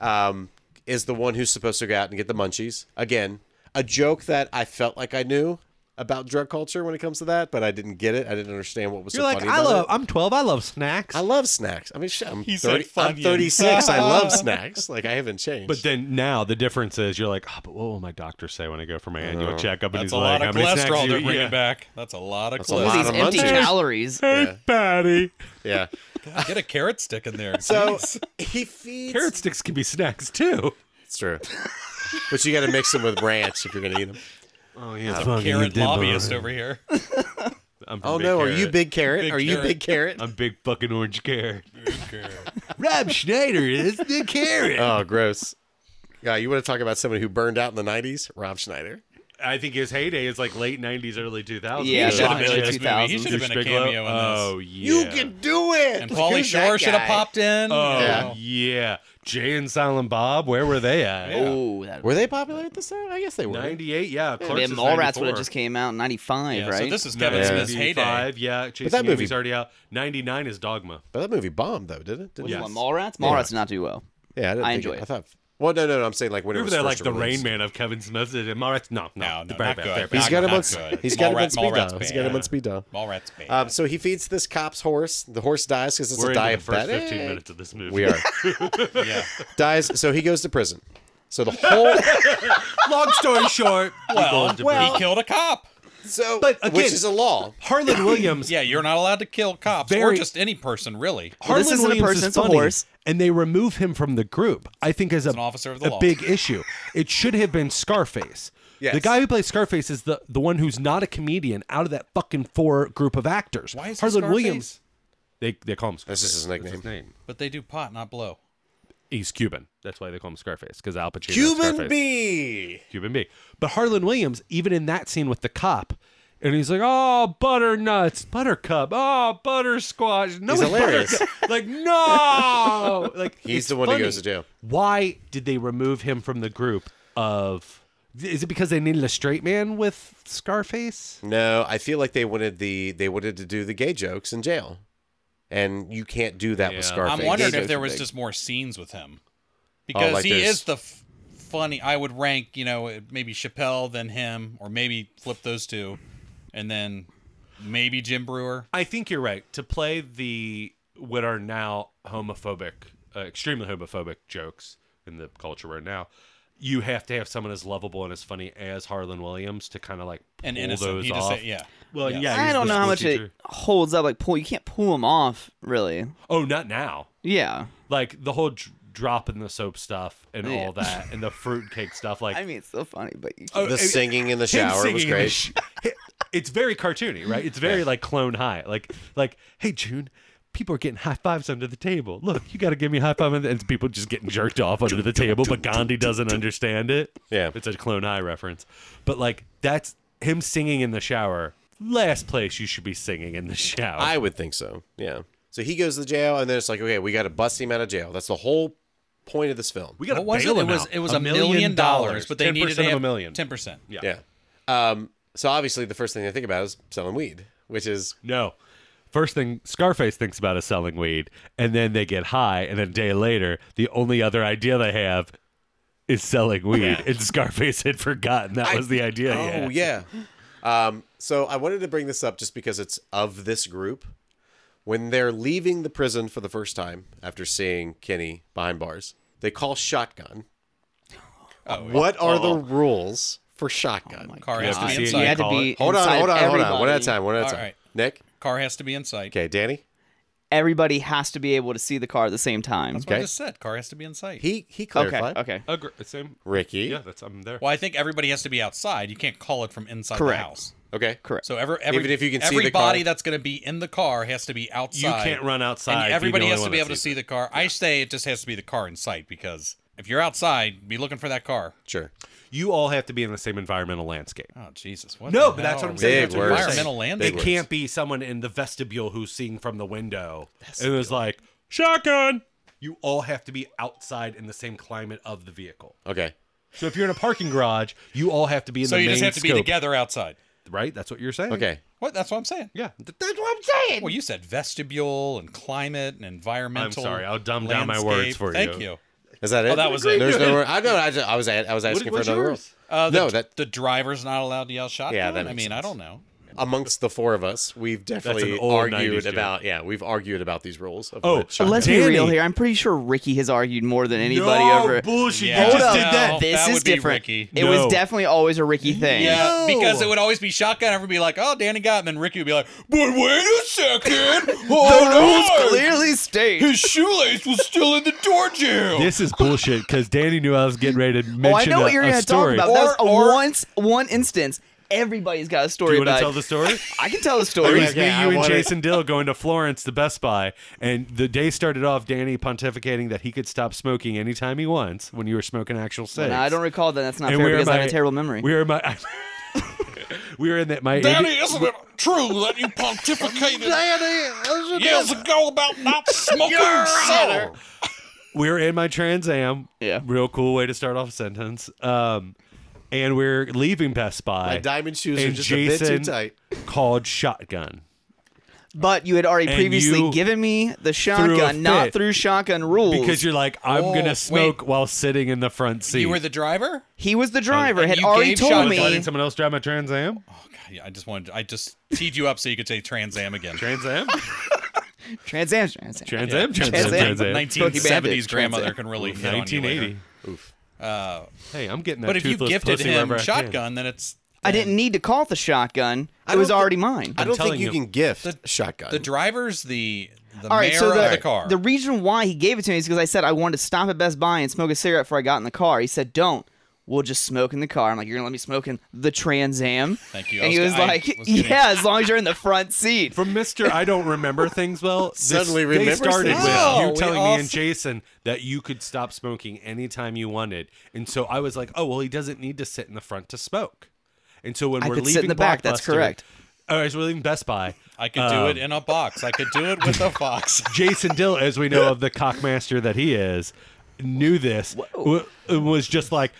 Speaker 1: Um, is the one who's supposed to go out and get the munchies. Again, a joke that I felt like I knew about drug culture when it comes to that, but I didn't get it. I didn't understand what was
Speaker 2: You're
Speaker 1: so
Speaker 2: like,
Speaker 1: funny
Speaker 2: I
Speaker 1: about
Speaker 2: love.
Speaker 1: it.
Speaker 2: I'm 12. I love snacks.
Speaker 1: I love snacks. I mean, shit, I'm,
Speaker 3: He
Speaker 1: 30,
Speaker 3: said
Speaker 1: I'm
Speaker 3: Funyuns.
Speaker 1: 36. I love snacks. Like, I haven't changed.
Speaker 2: But then now the difference is you're like, oh, but what will my doctor say when I go for my annual checkup? And
Speaker 3: Uh-huh. That's
Speaker 2: he's
Speaker 3: a
Speaker 2: like,
Speaker 3: lot
Speaker 2: how
Speaker 3: of
Speaker 2: many snacks
Speaker 3: cholesterol
Speaker 2: you
Speaker 3: they're
Speaker 2: eat?
Speaker 3: bringing
Speaker 2: Yeah.
Speaker 3: back. That's a lot of
Speaker 1: a
Speaker 3: cholesterol.
Speaker 1: lot
Speaker 4: These
Speaker 1: of
Speaker 4: empty
Speaker 1: munchies.
Speaker 4: calories.
Speaker 2: Hey, Patty.
Speaker 1: yeah.
Speaker 3: Get a carrot stick in there.
Speaker 1: So he feeds.
Speaker 2: Carrot sticks can be snacks too.
Speaker 1: It's true. But you got to mix them with ranch if you're going to eat them.
Speaker 2: Oh yeah,
Speaker 3: carrot lobbyist over here.
Speaker 2: I'm from
Speaker 1: Oh,
Speaker 2: Big
Speaker 1: no. Are
Speaker 2: Carrot.
Speaker 1: you big carrot?
Speaker 3: Big
Speaker 1: are you
Speaker 3: carrot.
Speaker 1: big carrot?
Speaker 2: I'm big fucking orange carrot. Rob Schneider is the carrot.
Speaker 3: Uh,
Speaker 1: oh, gross. Yeah, you want to talk about somebody who burned out in the 90s? Rob Schneider.
Speaker 2: I think his heyday is like late '90s, early 2000s.
Speaker 3: He
Speaker 4: Yeah,
Speaker 3: should have
Speaker 4: Rock
Speaker 3: been in this movie.
Speaker 4: 2000s.
Speaker 3: He should have been a
Speaker 2: Douchebag
Speaker 3: cameo in this.
Speaker 2: Oh yeah.
Speaker 1: do it.
Speaker 3: and Paulie
Speaker 1: Who's that
Speaker 3: Shore should
Speaker 1: guy?
Speaker 3: have popped in.
Speaker 2: Oh
Speaker 1: Yeah.
Speaker 2: yeah. Jay and Silent Bob, where were they at?
Speaker 3: Yeah.
Speaker 4: Oh, that.
Speaker 1: Were they popular at this time? I guess they were.
Speaker 2: 98, yeah. Clerks
Speaker 4: Them
Speaker 2: is
Speaker 4: all rats would
Speaker 2: 94.
Speaker 4: have just came out in '95,
Speaker 3: Yeah,
Speaker 4: right?
Speaker 3: So this is Kevin
Speaker 1: Yeah.
Speaker 3: Smith's heyday.
Speaker 2: 95, yeah. Chasing
Speaker 1: that movie-
Speaker 2: Amy's already out. 99 is Dogma.
Speaker 1: But that movie bombed though, didn't it? Didn't
Speaker 4: Which
Speaker 1: it?
Speaker 2: Yes.
Speaker 4: one, Mallrats? Mallrats did not do well.
Speaker 1: Yeah, I, didn't
Speaker 4: I
Speaker 1: think
Speaker 4: enjoy
Speaker 1: it.
Speaker 4: it.
Speaker 1: I thought Well, no, no, no. I'm saying like when it
Speaker 2: Remember
Speaker 1: was
Speaker 2: they're like
Speaker 1: first
Speaker 2: the Rain
Speaker 1: released.
Speaker 2: Man of Kevin Smith's. Am I right? No,
Speaker 3: No,
Speaker 2: no,
Speaker 3: no,
Speaker 2: very
Speaker 3: not
Speaker 2: bad,
Speaker 3: good.
Speaker 2: very
Speaker 3: He's
Speaker 1: He's
Speaker 2: bad.
Speaker 1: got him
Speaker 3: Not
Speaker 1: on.
Speaker 3: good.
Speaker 1: He's got him on
Speaker 3: Mallrats-
Speaker 1: speed
Speaker 3: Mallrats
Speaker 1: dial. He's got him on
Speaker 3: banned.
Speaker 1: speed dial.
Speaker 3: Mallrats banned.
Speaker 1: Um, so he feeds this cop's horse. The horse dies because it's
Speaker 2: We're
Speaker 1: a
Speaker 2: into the first
Speaker 1: diabetic.
Speaker 2: 15 minutes of this movie.
Speaker 1: We are
Speaker 3: yeah.
Speaker 1: dies. So he goes to prison. So the whole
Speaker 2: Long story short,
Speaker 3: Well,
Speaker 2: well
Speaker 3: he killed a cop.
Speaker 1: so
Speaker 2: But again-
Speaker 1: which is a law.
Speaker 2: Harlan Williams.
Speaker 3: Yeah, you're not allowed to kill cops or
Speaker 2: Very-
Speaker 3: just any person, really.
Speaker 2: Harlan
Speaker 4: This isn't a
Speaker 2: Williams
Speaker 4: person,
Speaker 2: is
Speaker 4: it's a
Speaker 2: funny,
Speaker 4: horse.
Speaker 2: And they remove him from the group. I think is a,
Speaker 3: an officer of the
Speaker 2: a
Speaker 3: law.
Speaker 2: big issue. It should have been Scarface.
Speaker 1: Yes.
Speaker 2: The guy who plays Scarface is the, the one who's not a comedian out of that fucking four group of actors.
Speaker 3: Why is he
Speaker 2: Harlan
Speaker 3: Scarface?
Speaker 2: Williams? They they call him Scarface.
Speaker 1: That's just his
Speaker 2: That's
Speaker 1: nickname.
Speaker 2: his name.
Speaker 3: But they do pot, not blow.
Speaker 2: He's Cuban. That's why they call him Scarface because Al Pacino. is
Speaker 1: Cuban
Speaker 2: Scarface.
Speaker 1: B.
Speaker 2: Cuban B. But Harlan Williams, even in that scene with the cop, and he's like, "Oh, butternuts, buttercup, oh, butter squash." No,
Speaker 1: He's
Speaker 2: it's
Speaker 1: hilarious.
Speaker 2: buttercup. Like, no, like
Speaker 1: He's
Speaker 2: it's
Speaker 1: the one who
Speaker 2: funny.
Speaker 1: goes to jail.
Speaker 2: Why did they remove him from the group? Of is it because they needed a straight man with Scarface?
Speaker 1: No, I feel like they wanted the they wanted to do the gay jokes in jail, and you can't do that with
Speaker 2: Yeah.
Speaker 1: Scarface.
Speaker 3: I'm wondering
Speaker 1: Gay
Speaker 3: if there
Speaker 1: jokes
Speaker 3: was
Speaker 1: are
Speaker 3: just more scenes with him because
Speaker 1: Oh, like
Speaker 3: he
Speaker 1: there's-
Speaker 3: is the f- funny. I would rank, you know, maybe Chappelle then him, or maybe flip those two, and then maybe Jim Brewer.
Speaker 2: I think you're right to play the what are now homophobic, uh, extremely homophobic jokes in the culture right now. You have to have someone as lovable and as funny as Harlan Williams to kind of like
Speaker 3: And
Speaker 2: pull
Speaker 3: innocent.
Speaker 2: those
Speaker 3: He just
Speaker 2: off.
Speaker 3: said- yeah.
Speaker 2: Well,
Speaker 3: Yeah.
Speaker 2: yeah.
Speaker 4: I
Speaker 2: he's
Speaker 4: don't
Speaker 2: the
Speaker 4: know how
Speaker 2: school
Speaker 4: much it
Speaker 2: teacher.
Speaker 4: holds up. Like pull, you can't pull them off really.
Speaker 2: Oh, not now.
Speaker 4: Yeah,
Speaker 2: Like the whole dr- drop in the soap stuff and
Speaker 4: Yeah.
Speaker 2: all that, and the fruitcake stuff. Like
Speaker 4: I mean it's so funny, but you
Speaker 2: Oh,
Speaker 4: can't.
Speaker 1: The
Speaker 2: it-
Speaker 1: singing in the
Speaker 2: him
Speaker 1: shower was
Speaker 2: singing in the
Speaker 1: great.
Speaker 2: sh- it's very cartoony, right? It's very like clone high. Like like, hey June, people are getting high fives under the table. Look, you got to give me a high five, under-" and people just getting jerked off under the table. But Gandhi doesn't understand it.
Speaker 1: Yeah.
Speaker 2: it's a clone high reference. But like that's him singing in the shower. Last place you should be singing in the shower.
Speaker 1: I would think so. Yeah. So he goes to jail, and then it's like, okay, we got to bust him out of jail. That's the whole point of this film.
Speaker 2: we got to
Speaker 3: What was
Speaker 2: bail
Speaker 3: it?
Speaker 2: him
Speaker 3: It was
Speaker 2: out.
Speaker 3: it was a million, dollars, but they
Speaker 2: 10%
Speaker 3: needed
Speaker 2: of a million.
Speaker 3: ten percent. Yeah.
Speaker 1: yeah. Um. So obviously, the first thing they think about is selling weed, which is
Speaker 2: No. First thing Scarface thinks about is selling weed, and then they get high, and then a day later, the only other idea they have is selling weed. And Scarface had forgotten that was the idea. he
Speaker 1: Oh
Speaker 2: had.
Speaker 1: yeah. Um, so I wanted to bring this up just because it's of this group. When they're leaving the prison for the first time after seeing Kenny behind bars, they call shotgun.
Speaker 3: Oh,
Speaker 1: what are the rules for shotgun?
Speaker 3: Car has to
Speaker 2: God.
Speaker 3: be
Speaker 2: You
Speaker 4: you
Speaker 3: inside.
Speaker 4: had to
Speaker 2: call
Speaker 4: be
Speaker 1: hold on,
Speaker 4: inside
Speaker 1: hold on,
Speaker 4: everybody.
Speaker 1: hold on. One at a time. One at a
Speaker 3: All
Speaker 1: time.
Speaker 3: right.
Speaker 1: Nick.
Speaker 3: Car has to be inside.
Speaker 1: Okay, Danny.
Speaker 4: Everybody has to be able to see the car at the same time.
Speaker 3: That's what I
Speaker 1: okay.
Speaker 3: just said. Car has to be inside.
Speaker 1: He he
Speaker 4: Okay.
Speaker 1: clarified.
Speaker 4: Okay.
Speaker 2: Agre- same.
Speaker 1: Ricky.
Speaker 2: Yeah, that's I'm there.
Speaker 3: well, I think everybody has to be outside. You can't call it from inside
Speaker 4: Correct.
Speaker 3: the house.
Speaker 1: Okay.
Speaker 4: Correct.
Speaker 3: So every, every
Speaker 1: Even if you can see the
Speaker 3: everybody
Speaker 1: car?
Speaker 3: that's going to be in the car has to be outside.
Speaker 2: can't run outside, be
Speaker 3: And
Speaker 2: the
Speaker 3: everybody
Speaker 2: only
Speaker 3: has to
Speaker 2: one
Speaker 3: be
Speaker 2: that
Speaker 3: able to
Speaker 2: sees
Speaker 3: see the car. I say it just has to be the car in sight because if you're outside, be looking for that car.
Speaker 1: Sure.
Speaker 2: You all have to be in the same environmental landscape.
Speaker 3: Oh Jesus! What
Speaker 2: No,
Speaker 3: the
Speaker 2: but
Speaker 3: hell
Speaker 2: that's what
Speaker 3: are
Speaker 2: I'm
Speaker 3: we-
Speaker 2: saying.
Speaker 1: Big
Speaker 2: that's what you're
Speaker 1: words.
Speaker 3: Environmental
Speaker 2: saying.
Speaker 3: landscape.
Speaker 2: It can't be someone in the vestibule who's seeing from the window and is like shotgun. You all have to be outside in the same climate of the vehicle.
Speaker 1: Okay.
Speaker 2: So if you're in a parking garage, you all have to be in
Speaker 3: So
Speaker 2: the
Speaker 3: you
Speaker 2: main
Speaker 3: just have to be
Speaker 2: scope,
Speaker 3: together outside.
Speaker 2: right? That's what you're saying.
Speaker 1: Okay.
Speaker 3: What? That's what I'm saying.
Speaker 2: Yeah, th- that's what I'm saying.
Speaker 3: Well, you said vestibule and climate and environmental.
Speaker 2: sorry, I'll dumb down my words for
Speaker 3: Thank
Speaker 2: you.
Speaker 3: you.
Speaker 1: Is that it?
Speaker 3: Oh, that was it.
Speaker 1: There's no. word- I know. I, just, I was. I was asking
Speaker 2: what's
Speaker 1: for another
Speaker 2: yours?
Speaker 1: rule.
Speaker 3: Uh, the,
Speaker 1: no, that
Speaker 3: the driver's not allowed to yell shotgun.
Speaker 1: Yeah, that
Speaker 3: I
Speaker 1: makes
Speaker 3: mean, I
Speaker 1: sense.
Speaker 3: don't know.
Speaker 1: amongst the four of us, we've definitely
Speaker 2: old 90s
Speaker 1: argued
Speaker 2: joke.
Speaker 1: about yeah, we've argued about these rules. Of
Speaker 2: Oh,
Speaker 1: what shotgun-
Speaker 4: Let's be
Speaker 2: Danny-
Speaker 4: real here. I'm pretty sure Ricky has argued more than anybody
Speaker 2: no
Speaker 4: over.
Speaker 2: bullshit.
Speaker 3: Yeah.
Speaker 2: You
Speaker 4: Hold
Speaker 2: just
Speaker 4: up.
Speaker 2: did that.
Speaker 3: No.
Speaker 4: This
Speaker 3: That
Speaker 4: is
Speaker 3: would be
Speaker 4: different.
Speaker 3: Ricky.
Speaker 4: It was
Speaker 2: No.
Speaker 4: definitely always a Ricky thing.
Speaker 3: Yeah,
Speaker 2: No.
Speaker 3: because it would always be shotgun. Everyone would be like, "Oh, Danny got him," and Ricky would be like, "But wait a second, hold on,
Speaker 4: Clearly stated.
Speaker 3: his shoelace was still in the door jam."
Speaker 2: This is bullshit because Danny knew I was getting ready to mention
Speaker 4: Oh, I know
Speaker 2: a,
Speaker 4: what you're
Speaker 2: a
Speaker 4: gonna
Speaker 2: story.
Speaker 4: talk about. That was
Speaker 3: Or-
Speaker 4: a
Speaker 3: or-
Speaker 4: once one instance. Everybody's got a
Speaker 2: Do
Speaker 4: story
Speaker 2: you want to
Speaker 4: about.
Speaker 2: tell the story?
Speaker 4: I can tell the
Speaker 2: It
Speaker 4: story.
Speaker 2: was
Speaker 1: Okay, I
Speaker 2: me, you, and
Speaker 1: wanna-
Speaker 2: Jason Dill going to Florence to Best Buy, and the day started off Danny pontificating that he could stop smoking anytime he wants when you were smoking actual cigs.
Speaker 4: No, I don't recall that. That's not
Speaker 2: And
Speaker 4: fair
Speaker 2: we were
Speaker 4: because I
Speaker 2: my-
Speaker 4: have a terrible memory.
Speaker 2: We were in my. we were in that my.
Speaker 3: Danny, isn't it true that you pontificated years ago about not smoking cider?
Speaker 2: we were in my Trans Am.
Speaker 4: Yeah.
Speaker 2: Real cool way to start off a sentence. Um, and we're leaving Best Buy.
Speaker 1: My diamond shoes are
Speaker 2: and
Speaker 1: just a bit
Speaker 2: Jason
Speaker 1: too tight.
Speaker 2: called shotgun.
Speaker 4: But you had already
Speaker 2: And
Speaker 4: previously
Speaker 2: you
Speaker 4: given me the
Speaker 2: a
Speaker 4: shotgun, not
Speaker 2: fit.
Speaker 4: through shotgun rules.
Speaker 2: because you're like, I'm
Speaker 3: Oh,
Speaker 2: gonna
Speaker 3: wait.
Speaker 2: smoke while sitting in the front seat.
Speaker 3: You were the driver?
Speaker 4: he was the driver,
Speaker 3: and
Speaker 4: had
Speaker 3: you
Speaker 4: already
Speaker 3: gave
Speaker 4: told
Speaker 3: shotgun-
Speaker 4: me.
Speaker 2: letting someone else drive my Trans Am.
Speaker 3: Oh, God, yeah, I just wanted, I just teed you up so you could say Trans Am again.
Speaker 2: Trans Am.
Speaker 4: Trans Am, Trans Am.
Speaker 2: Trans Am. Trans
Speaker 4: Trans
Speaker 2: Am.
Speaker 4: Am.
Speaker 2: Trans Am.
Speaker 4: Smokey Bandit,
Speaker 3: 1970s grandmother
Speaker 4: Trans Am.
Speaker 3: can really hit on you later. Uh,
Speaker 2: 1980. Oof. hey, I'm getting that.
Speaker 3: But if you
Speaker 2: toothless
Speaker 3: gifted
Speaker 2: pussy
Speaker 3: him
Speaker 2: wherever I can.
Speaker 3: shotgun, then it's
Speaker 4: I didn't need to call it the shotgun. It
Speaker 1: don't
Speaker 4: was
Speaker 1: thi-
Speaker 4: already mine.
Speaker 1: I don't think
Speaker 2: telling
Speaker 1: you,
Speaker 2: you.
Speaker 1: can gift
Speaker 3: The-
Speaker 1: shotgun.
Speaker 3: the driver's the the
Speaker 4: All right,
Speaker 3: mayor
Speaker 4: so the,
Speaker 3: of the car.
Speaker 4: the reason why he gave it to me is because I said I wanted to stop at Best Buy and smoke a cigarette before I got in the car. He said, "Don't. We'll just smoke in the car." I'm like, "You're gonna let me smoke in the Trans Am?"
Speaker 3: Thank you. I
Speaker 4: And he
Speaker 3: was-
Speaker 4: was
Speaker 3: I
Speaker 4: like,
Speaker 3: was getting-
Speaker 4: "Yeah, as long as you're in the front seat."
Speaker 2: From Mister, I don't remember things well. this-
Speaker 1: Suddenly
Speaker 2: they
Speaker 1: remembers
Speaker 2: started
Speaker 1: things
Speaker 2: with
Speaker 3: well.
Speaker 4: Oh,
Speaker 2: you
Speaker 3: We
Speaker 2: telling
Speaker 3: all
Speaker 2: me and
Speaker 3: s-
Speaker 2: Jason that you could stop smoking anytime you wanted, and so I was like, oh well, he doesn't need to sit in the front to smoke. And so when
Speaker 4: I
Speaker 2: we're
Speaker 4: could
Speaker 2: leaving
Speaker 4: sit in the back, that's
Speaker 2: Blockbuster-
Speaker 4: correct.
Speaker 2: All right, so we're leaving Best Buy.
Speaker 3: I could do
Speaker 1: Oh.
Speaker 3: it in a box. I could do it with a box.
Speaker 2: Jason Dill, as we know of the cockmaster that he is, knew this. W- and was just like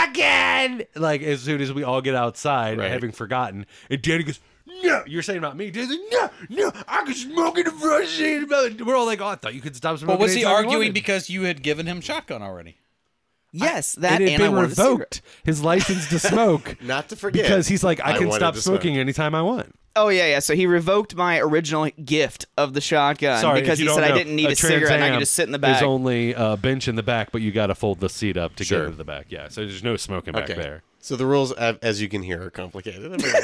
Speaker 2: shotgun. Like as soon as we all get outside,
Speaker 1: Right.
Speaker 2: having forgotten, and Danny goes, "No, you're saying about me." Danny's like, "No, no, I can smoke in the front seat." We're all like, "Oh, I thought you could stop smoking."
Speaker 3: But was he
Speaker 2: anytime you
Speaker 3: arguing
Speaker 2: wanted."
Speaker 3: because you had given him shotgun already?
Speaker 4: yes, that
Speaker 2: it
Speaker 4: and
Speaker 2: had
Speaker 4: I
Speaker 2: been
Speaker 4: wanted a cigarette.
Speaker 2: revoked his license to smoke?
Speaker 1: Not to forget,
Speaker 2: because he's like, "I,
Speaker 1: I
Speaker 2: can
Speaker 1: wanted
Speaker 2: stop
Speaker 1: to smoke."
Speaker 2: smoking anytime I want."
Speaker 4: Oh yeah, yeah. So he revoked my original gift of the shotgun
Speaker 2: Sorry,
Speaker 4: because
Speaker 2: if you
Speaker 4: he said
Speaker 2: don't
Speaker 4: I
Speaker 2: know,
Speaker 4: didn't need a,
Speaker 2: Trans
Speaker 4: cigarette and I
Speaker 2: Am
Speaker 4: could just sit in the
Speaker 2: There's
Speaker 4: back.
Speaker 2: only a bench in the back, but you got to fold the seat up to
Speaker 1: Sure.
Speaker 2: get into the back. Yeah, so there's no smoking back
Speaker 1: okay.
Speaker 2: there.
Speaker 1: So the rules, a- as you can hear, are complicated.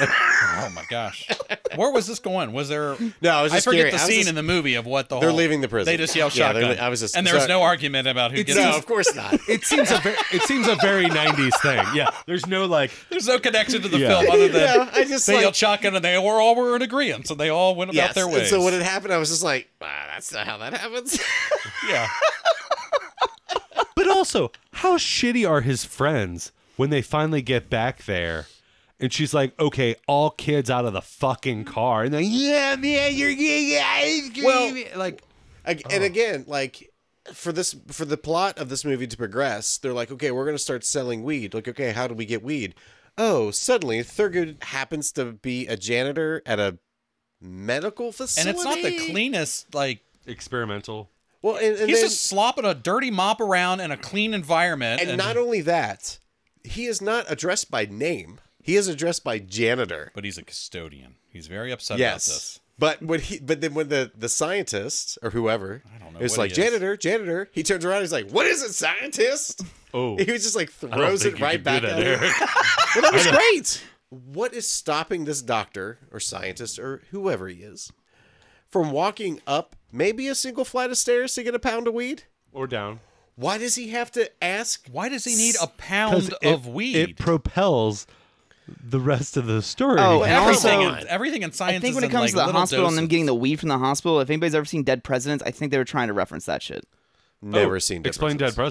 Speaker 3: Oh my gosh, where was this going? Was there?
Speaker 1: No, I was just
Speaker 3: forget
Speaker 1: curious.
Speaker 3: the
Speaker 1: I was
Speaker 3: scene
Speaker 1: just-
Speaker 3: in the movie of what the
Speaker 1: They're
Speaker 3: whole-
Speaker 1: leaving the prison.
Speaker 3: They just yell
Speaker 1: Yeah, they're
Speaker 3: shotgun.
Speaker 1: li- I was just-
Speaker 3: and there was
Speaker 1: sorry.
Speaker 3: no argument about who gets.
Speaker 1: no, of course not.
Speaker 2: It seems a very, it seems a very '90s thing. Yeah, there's no like.
Speaker 3: There's no connection to the
Speaker 2: Yeah.
Speaker 3: film other than
Speaker 1: Yeah, I just
Speaker 3: they
Speaker 1: like-
Speaker 3: yelled shotgun and they were all were in agreement, so they all went about their
Speaker 1: and
Speaker 3: ways.
Speaker 1: so when it happened, I was just like, ah, that's not how that happens.
Speaker 3: yeah,
Speaker 2: But also, how shitty are his friends when they finally get back there? And she's like, "Okay, all kids out of the fucking car." And they're like, "Yeah, man, you're getting ice cream."
Speaker 1: Well-
Speaker 2: like,
Speaker 1: Ag- And
Speaker 3: Oh.
Speaker 1: again, like for this for the plot of this movie to progress, they're like, okay, we're gonna start selling weed. Like, okay, how do we get weed? Oh, suddenly Thurgood happens to be a janitor at a medical
Speaker 3: and
Speaker 1: facility,
Speaker 3: it's not the cleanest. Like
Speaker 2: experimental.
Speaker 1: Well, and, and
Speaker 3: he's
Speaker 1: then-
Speaker 3: just slopping a dirty mop around in a clean environment,
Speaker 1: and not only that, he is not addressed by name. He is addressed by janitor.
Speaker 3: but he's a custodian. He's very upset about this.
Speaker 1: Yes. But when he, but then when the the scientist or whoever, I
Speaker 3: don't know
Speaker 1: is
Speaker 3: what
Speaker 1: like
Speaker 3: he is.
Speaker 1: janitor, janitor, he turns around, he's like, "What is it, scientist?"
Speaker 2: Oh,
Speaker 1: He was just like
Speaker 2: I don't
Speaker 1: throws
Speaker 2: think
Speaker 1: it
Speaker 2: you
Speaker 1: right
Speaker 2: could
Speaker 1: back
Speaker 2: do
Speaker 1: at
Speaker 2: that,
Speaker 1: him.
Speaker 2: Eric.
Speaker 1: Well, that was great. What is stopping this doctor or scientist or whoever he is from walking up maybe a single flight of stairs to get a pound of weed?
Speaker 2: or down. Oh,
Speaker 1: Why does he have to ask?
Speaker 3: Why does he need a
Speaker 2: 'Cause
Speaker 3: pound
Speaker 2: it-
Speaker 3: of weed?
Speaker 2: It propels the rest of the story.
Speaker 4: Oh, and
Speaker 3: everything,
Speaker 4: also-
Speaker 3: in, everything in science.
Speaker 4: I think
Speaker 3: is
Speaker 4: when it
Speaker 3: in,
Speaker 4: comes
Speaker 3: like,
Speaker 4: to the
Speaker 3: little
Speaker 4: hospital and them
Speaker 3: doses.
Speaker 4: getting the weed from the hospital, if anybody's ever seen Dead Presidents, I think they were trying to reference that shit.
Speaker 1: Never seen. Dead
Speaker 2: Explain
Speaker 1: Presidents.
Speaker 2: Dead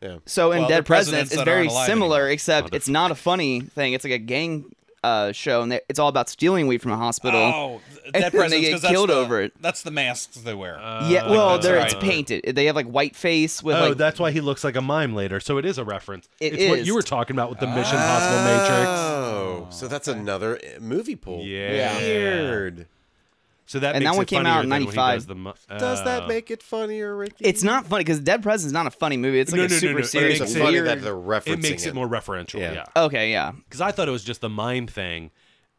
Speaker 2: Presidents.
Speaker 4: So in
Speaker 3: Well,
Speaker 4: Dead
Speaker 3: the presidents
Speaker 4: Presidents, it's
Speaker 3: that aren't
Speaker 4: very
Speaker 3: alive
Speaker 4: similar,
Speaker 3: anymore.
Speaker 4: except it's not a funny thing. It's like a gang uh, show, and they- it's all about stealing weed from a hospital.
Speaker 3: Oh,
Speaker 4: and
Speaker 3: that
Speaker 4: then
Speaker 3: presence
Speaker 4: they get
Speaker 3: 'cause that's
Speaker 4: killed
Speaker 3: the-
Speaker 4: over it.
Speaker 3: That's the masks they wear.
Speaker 2: Uh,
Speaker 4: yeah,
Speaker 3: uh,
Speaker 4: well,
Speaker 2: that's
Speaker 4: they're
Speaker 2: right.
Speaker 4: it's painted. They have like white face with
Speaker 2: Oh,
Speaker 4: like
Speaker 2: that's why he looks like a mime later. So it is a reference.
Speaker 4: It
Speaker 2: it's what
Speaker 4: is. Oh.
Speaker 2: you were talking about with the Mission Possible Matrix.
Speaker 1: Oh, so that's another uh, movie pool.
Speaker 2: Yeah.
Speaker 1: Weird.
Speaker 2: So that
Speaker 4: And
Speaker 2: makes
Speaker 4: that one
Speaker 2: it
Speaker 4: came
Speaker 2: funnier
Speaker 4: out in
Speaker 2: than when he
Speaker 4: 95.
Speaker 2: Does, the mu-
Speaker 1: Does
Speaker 2: uh,
Speaker 1: that make it funnier, Ricky?
Speaker 4: it's not funny because Dead Presidents is not a funny movie. It's like
Speaker 2: No,
Speaker 4: a
Speaker 2: no, no,
Speaker 4: super
Speaker 2: no, it
Speaker 4: serious
Speaker 2: makes
Speaker 1: It's
Speaker 2: it-
Speaker 1: funny
Speaker 4: weird.
Speaker 1: that they're referencing
Speaker 2: It makes it more referential.
Speaker 1: Yeah.
Speaker 2: Yeah.
Speaker 4: Okay, yeah.
Speaker 2: Because I thought it was just the mime thing,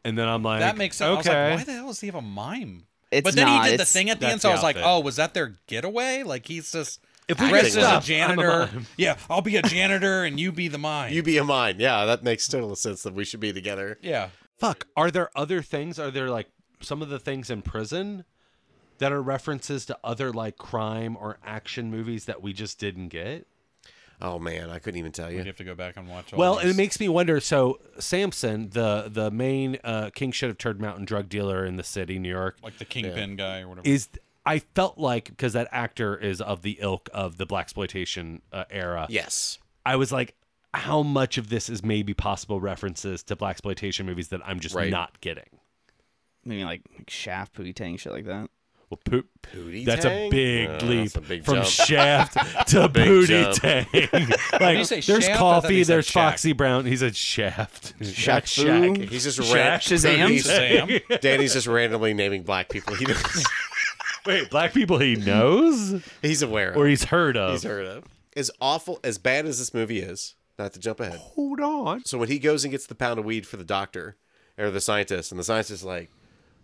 Speaker 2: and then I'm like,
Speaker 3: that makes sense.
Speaker 2: Okay.
Speaker 3: I was like, why the hell does he have a mime?
Speaker 4: It's
Speaker 3: but then
Speaker 4: not,
Speaker 3: he did the
Speaker 4: it's-
Speaker 3: thing at the
Speaker 2: That's
Speaker 3: end, so I
Speaker 2: the
Speaker 3: was like,
Speaker 2: outfit.
Speaker 3: oh, was that their getaway? Like he's just
Speaker 2: If we
Speaker 3: dressed as
Speaker 2: get
Speaker 3: a
Speaker 2: stuff, I'm a
Speaker 3: janitor.
Speaker 2: mime.
Speaker 3: yeah, I'll be a janitor and you be the mime.
Speaker 1: You be a mine. Yeah, that makes total sense that we should be together.
Speaker 3: yeah.
Speaker 2: Fuck. Are there other things? Are there like some of the things in prison that are references to other like crime or action movies that we just didn't get?
Speaker 1: Oh man, I couldn't even tell
Speaker 3: You
Speaker 1: you.
Speaker 3: have to go back and watch. All
Speaker 2: Well,
Speaker 3: these.
Speaker 2: and it makes me wonder. So Samson, the the main uh, King Shit of Turd Mountain drug dealer in the city, New York,
Speaker 3: like the kingpin guy or whatever.
Speaker 2: is I felt like because that actor is of the ilk of the black exploitation uh, era.
Speaker 1: Yes.
Speaker 2: I was like, how much of this is maybe possible references to black exploitation movies that I'm just
Speaker 1: Right.
Speaker 2: not getting?
Speaker 4: Maybe like, like Shaft, Pootie Tang, shit like that.
Speaker 2: Well, poop.
Speaker 1: Pootie
Speaker 2: That's a
Speaker 1: tang?
Speaker 2: big
Speaker 1: Uh,
Speaker 2: leap
Speaker 1: that's a big
Speaker 2: from
Speaker 1: jump.
Speaker 2: Shaft to
Speaker 1: Big
Speaker 2: Booty
Speaker 1: jump.
Speaker 2: Tang.
Speaker 3: Did you
Speaker 2: like,
Speaker 3: say
Speaker 2: there's
Speaker 3: Shaft? I thought
Speaker 2: Coffee,
Speaker 3: you said
Speaker 2: there's
Speaker 3: Shaq.
Speaker 2: Foxy Brown. He said Shaft.
Speaker 1: Shaq. Shaq. He's just ran-
Speaker 4: Shazam?
Speaker 1: he's-
Speaker 3: Shazam.
Speaker 1: Danny's just randomly naming black people. He knows,
Speaker 2: Wait, black people he knows
Speaker 1: he's aware of.
Speaker 2: or he's heard of?
Speaker 1: he's heard of. As awful as bad as this movie is, not to jump ahead.
Speaker 2: Hold on.
Speaker 1: So when he goes and gets the pound of weed for the doctor or the scientist, and the scientist is like,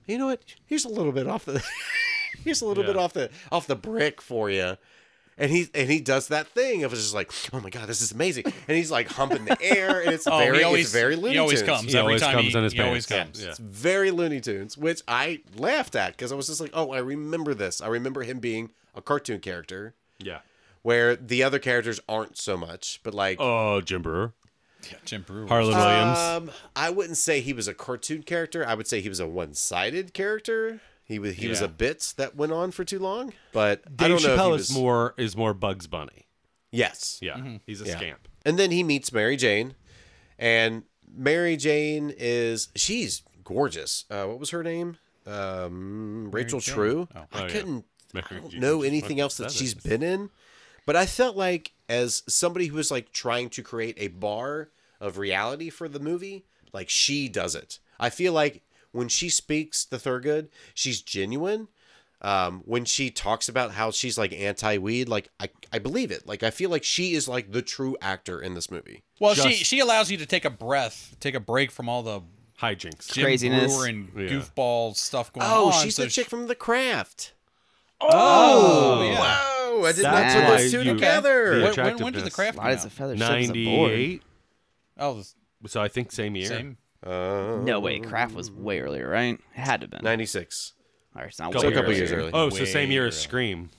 Speaker 1: you know what? Here's a little bit off the, here's a little bit off the off the brick for you. And he and he does that thing of just like, oh my god, this is amazing. And he's like humping the air, and it's
Speaker 3: Oh,
Speaker 1: very,
Speaker 3: he always,
Speaker 1: it's very Looney
Speaker 3: he always
Speaker 1: Tunes.
Speaker 3: comes
Speaker 2: He
Speaker 3: every
Speaker 2: always
Speaker 3: time.
Speaker 2: comes
Speaker 3: he,
Speaker 2: in his
Speaker 3: he always
Speaker 2: pants.
Speaker 3: comes.
Speaker 2: Yeah.
Speaker 1: It's very Looney Tunes, which I laughed at because I was just like, oh, I remember this. I remember him being a cartoon character
Speaker 2: Yeah.
Speaker 1: where the other characters aren't so much, but like
Speaker 2: Oh, Jim Brewer.
Speaker 3: Yeah, Jim Brewer.
Speaker 2: Harlan Williams.
Speaker 1: Um, I wouldn't say he was a cartoon character. I would say he was a one-sided character. He was he was
Speaker 3: Yeah.
Speaker 1: a bit that went on for too long. But I
Speaker 2: Dave
Speaker 1: don't know. if he
Speaker 2: Chappelle
Speaker 1: was,
Speaker 2: is more is more Bugs Bunny.
Speaker 1: Yes.
Speaker 2: Yeah, he's a scamp.
Speaker 1: And then he meets Mary Jane, and Mary Jane is she's gorgeous. Uh, what was her name? Um, Rachel
Speaker 3: Jane.
Speaker 1: True. I
Speaker 2: Oh, yeah.
Speaker 1: couldn't
Speaker 2: Mary
Speaker 1: I don't
Speaker 2: Jane
Speaker 1: know
Speaker 2: is
Speaker 1: anything
Speaker 2: fucking
Speaker 1: else that
Speaker 2: feathers.
Speaker 1: she's been in, but I felt like as somebody who was like trying to create a bar of reality for the movie, like she does it. I feel like when she speaks the Thurgood, she's genuine. Um, when she talks about how she's like anti-weed, like I, I believe it. Like I feel like she is like the true actor in this movie.
Speaker 3: Well, she
Speaker 2: Just-
Speaker 3: she allows you to take a breath, take a break from all the
Speaker 2: Hijinks.
Speaker 3: Jim
Speaker 4: Craziness.
Speaker 3: Brewer and
Speaker 2: Yeah.
Speaker 3: goofball stuff going
Speaker 1: Oh,
Speaker 3: on.
Speaker 1: she's
Speaker 3: so
Speaker 1: the chick from The Craft.
Speaker 3: Oh, yeah.
Speaker 1: Whoa, I did
Speaker 2: That's
Speaker 1: not put
Speaker 2: why
Speaker 1: those two
Speaker 2: you-
Speaker 1: together.
Speaker 2: The
Speaker 3: When, when, when did the
Speaker 2: attractiveness.
Speaker 3: craft come
Speaker 4: Light as a
Speaker 3: out?
Speaker 4: feather, sharp as a board.
Speaker 2: Ninety-eight.
Speaker 3: Oh, the
Speaker 2: So I think same year.
Speaker 3: same.
Speaker 4: No way, Kraft was way earlier, right? It had to have been.
Speaker 1: Ninety-six.
Speaker 4: Or it's not
Speaker 2: Couple-
Speaker 4: way
Speaker 1: a couple
Speaker 4: earlier.
Speaker 1: years early.
Speaker 2: Oh, so same
Speaker 3: Way
Speaker 2: year
Speaker 3: early.
Speaker 2: as Scream.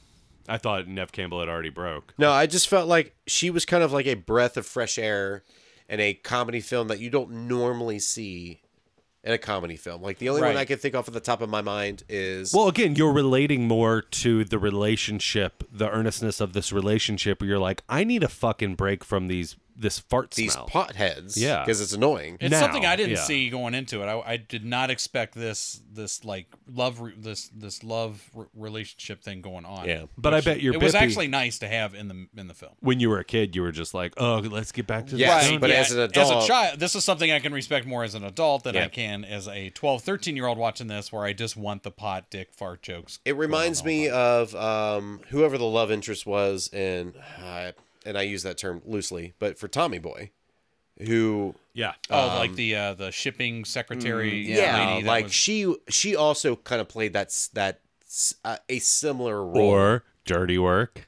Speaker 2: I thought Nev Campbell had already broke.
Speaker 1: No, I just felt like she was kind of like a breath of fresh air in a comedy film that you don't normally see in a comedy film. Like the only one
Speaker 3: Right.
Speaker 1: I can think off at the top of my mind is
Speaker 2: Well, again, you're relating more to the relationship, the earnestness of this relationship. Where you're like, I need a fucking break from these this fart
Speaker 1: these
Speaker 2: smell.
Speaker 1: potheads.
Speaker 2: Yeah.
Speaker 1: because it's annoying.
Speaker 3: It's
Speaker 2: Now,
Speaker 3: something I didn't
Speaker 2: yeah.
Speaker 3: see going into it. I, I did not expect this this like love re- this this love re- relationship thing going on.
Speaker 1: Yeah.
Speaker 2: but I bet you're.
Speaker 3: it was
Speaker 2: bippy.
Speaker 3: actually nice to have in the in the film.
Speaker 2: when you were a kid, you were just like, oh, let's get back to the
Speaker 1: Yes,
Speaker 2: Stone
Speaker 1: but
Speaker 2: Age.
Speaker 1: as an adult-
Speaker 3: a child, this is something I can respect more as an adult than
Speaker 1: Yeah.
Speaker 3: I can as a 12, 13 year old watching this, where I just want the pot, dick, fart jokes.
Speaker 1: It reminds me of um, whoever the love interest was in, uh, and I use that term loosely, but for Tommy Boy, who
Speaker 2: yeah.
Speaker 3: Oh, like the uh, the shipping secretary.
Speaker 1: um, Mm, yeah,
Speaker 3: lady that
Speaker 1: uh, like
Speaker 3: was-
Speaker 1: she she also kind of played that s- that s- uh, a similar role.
Speaker 2: or dirty work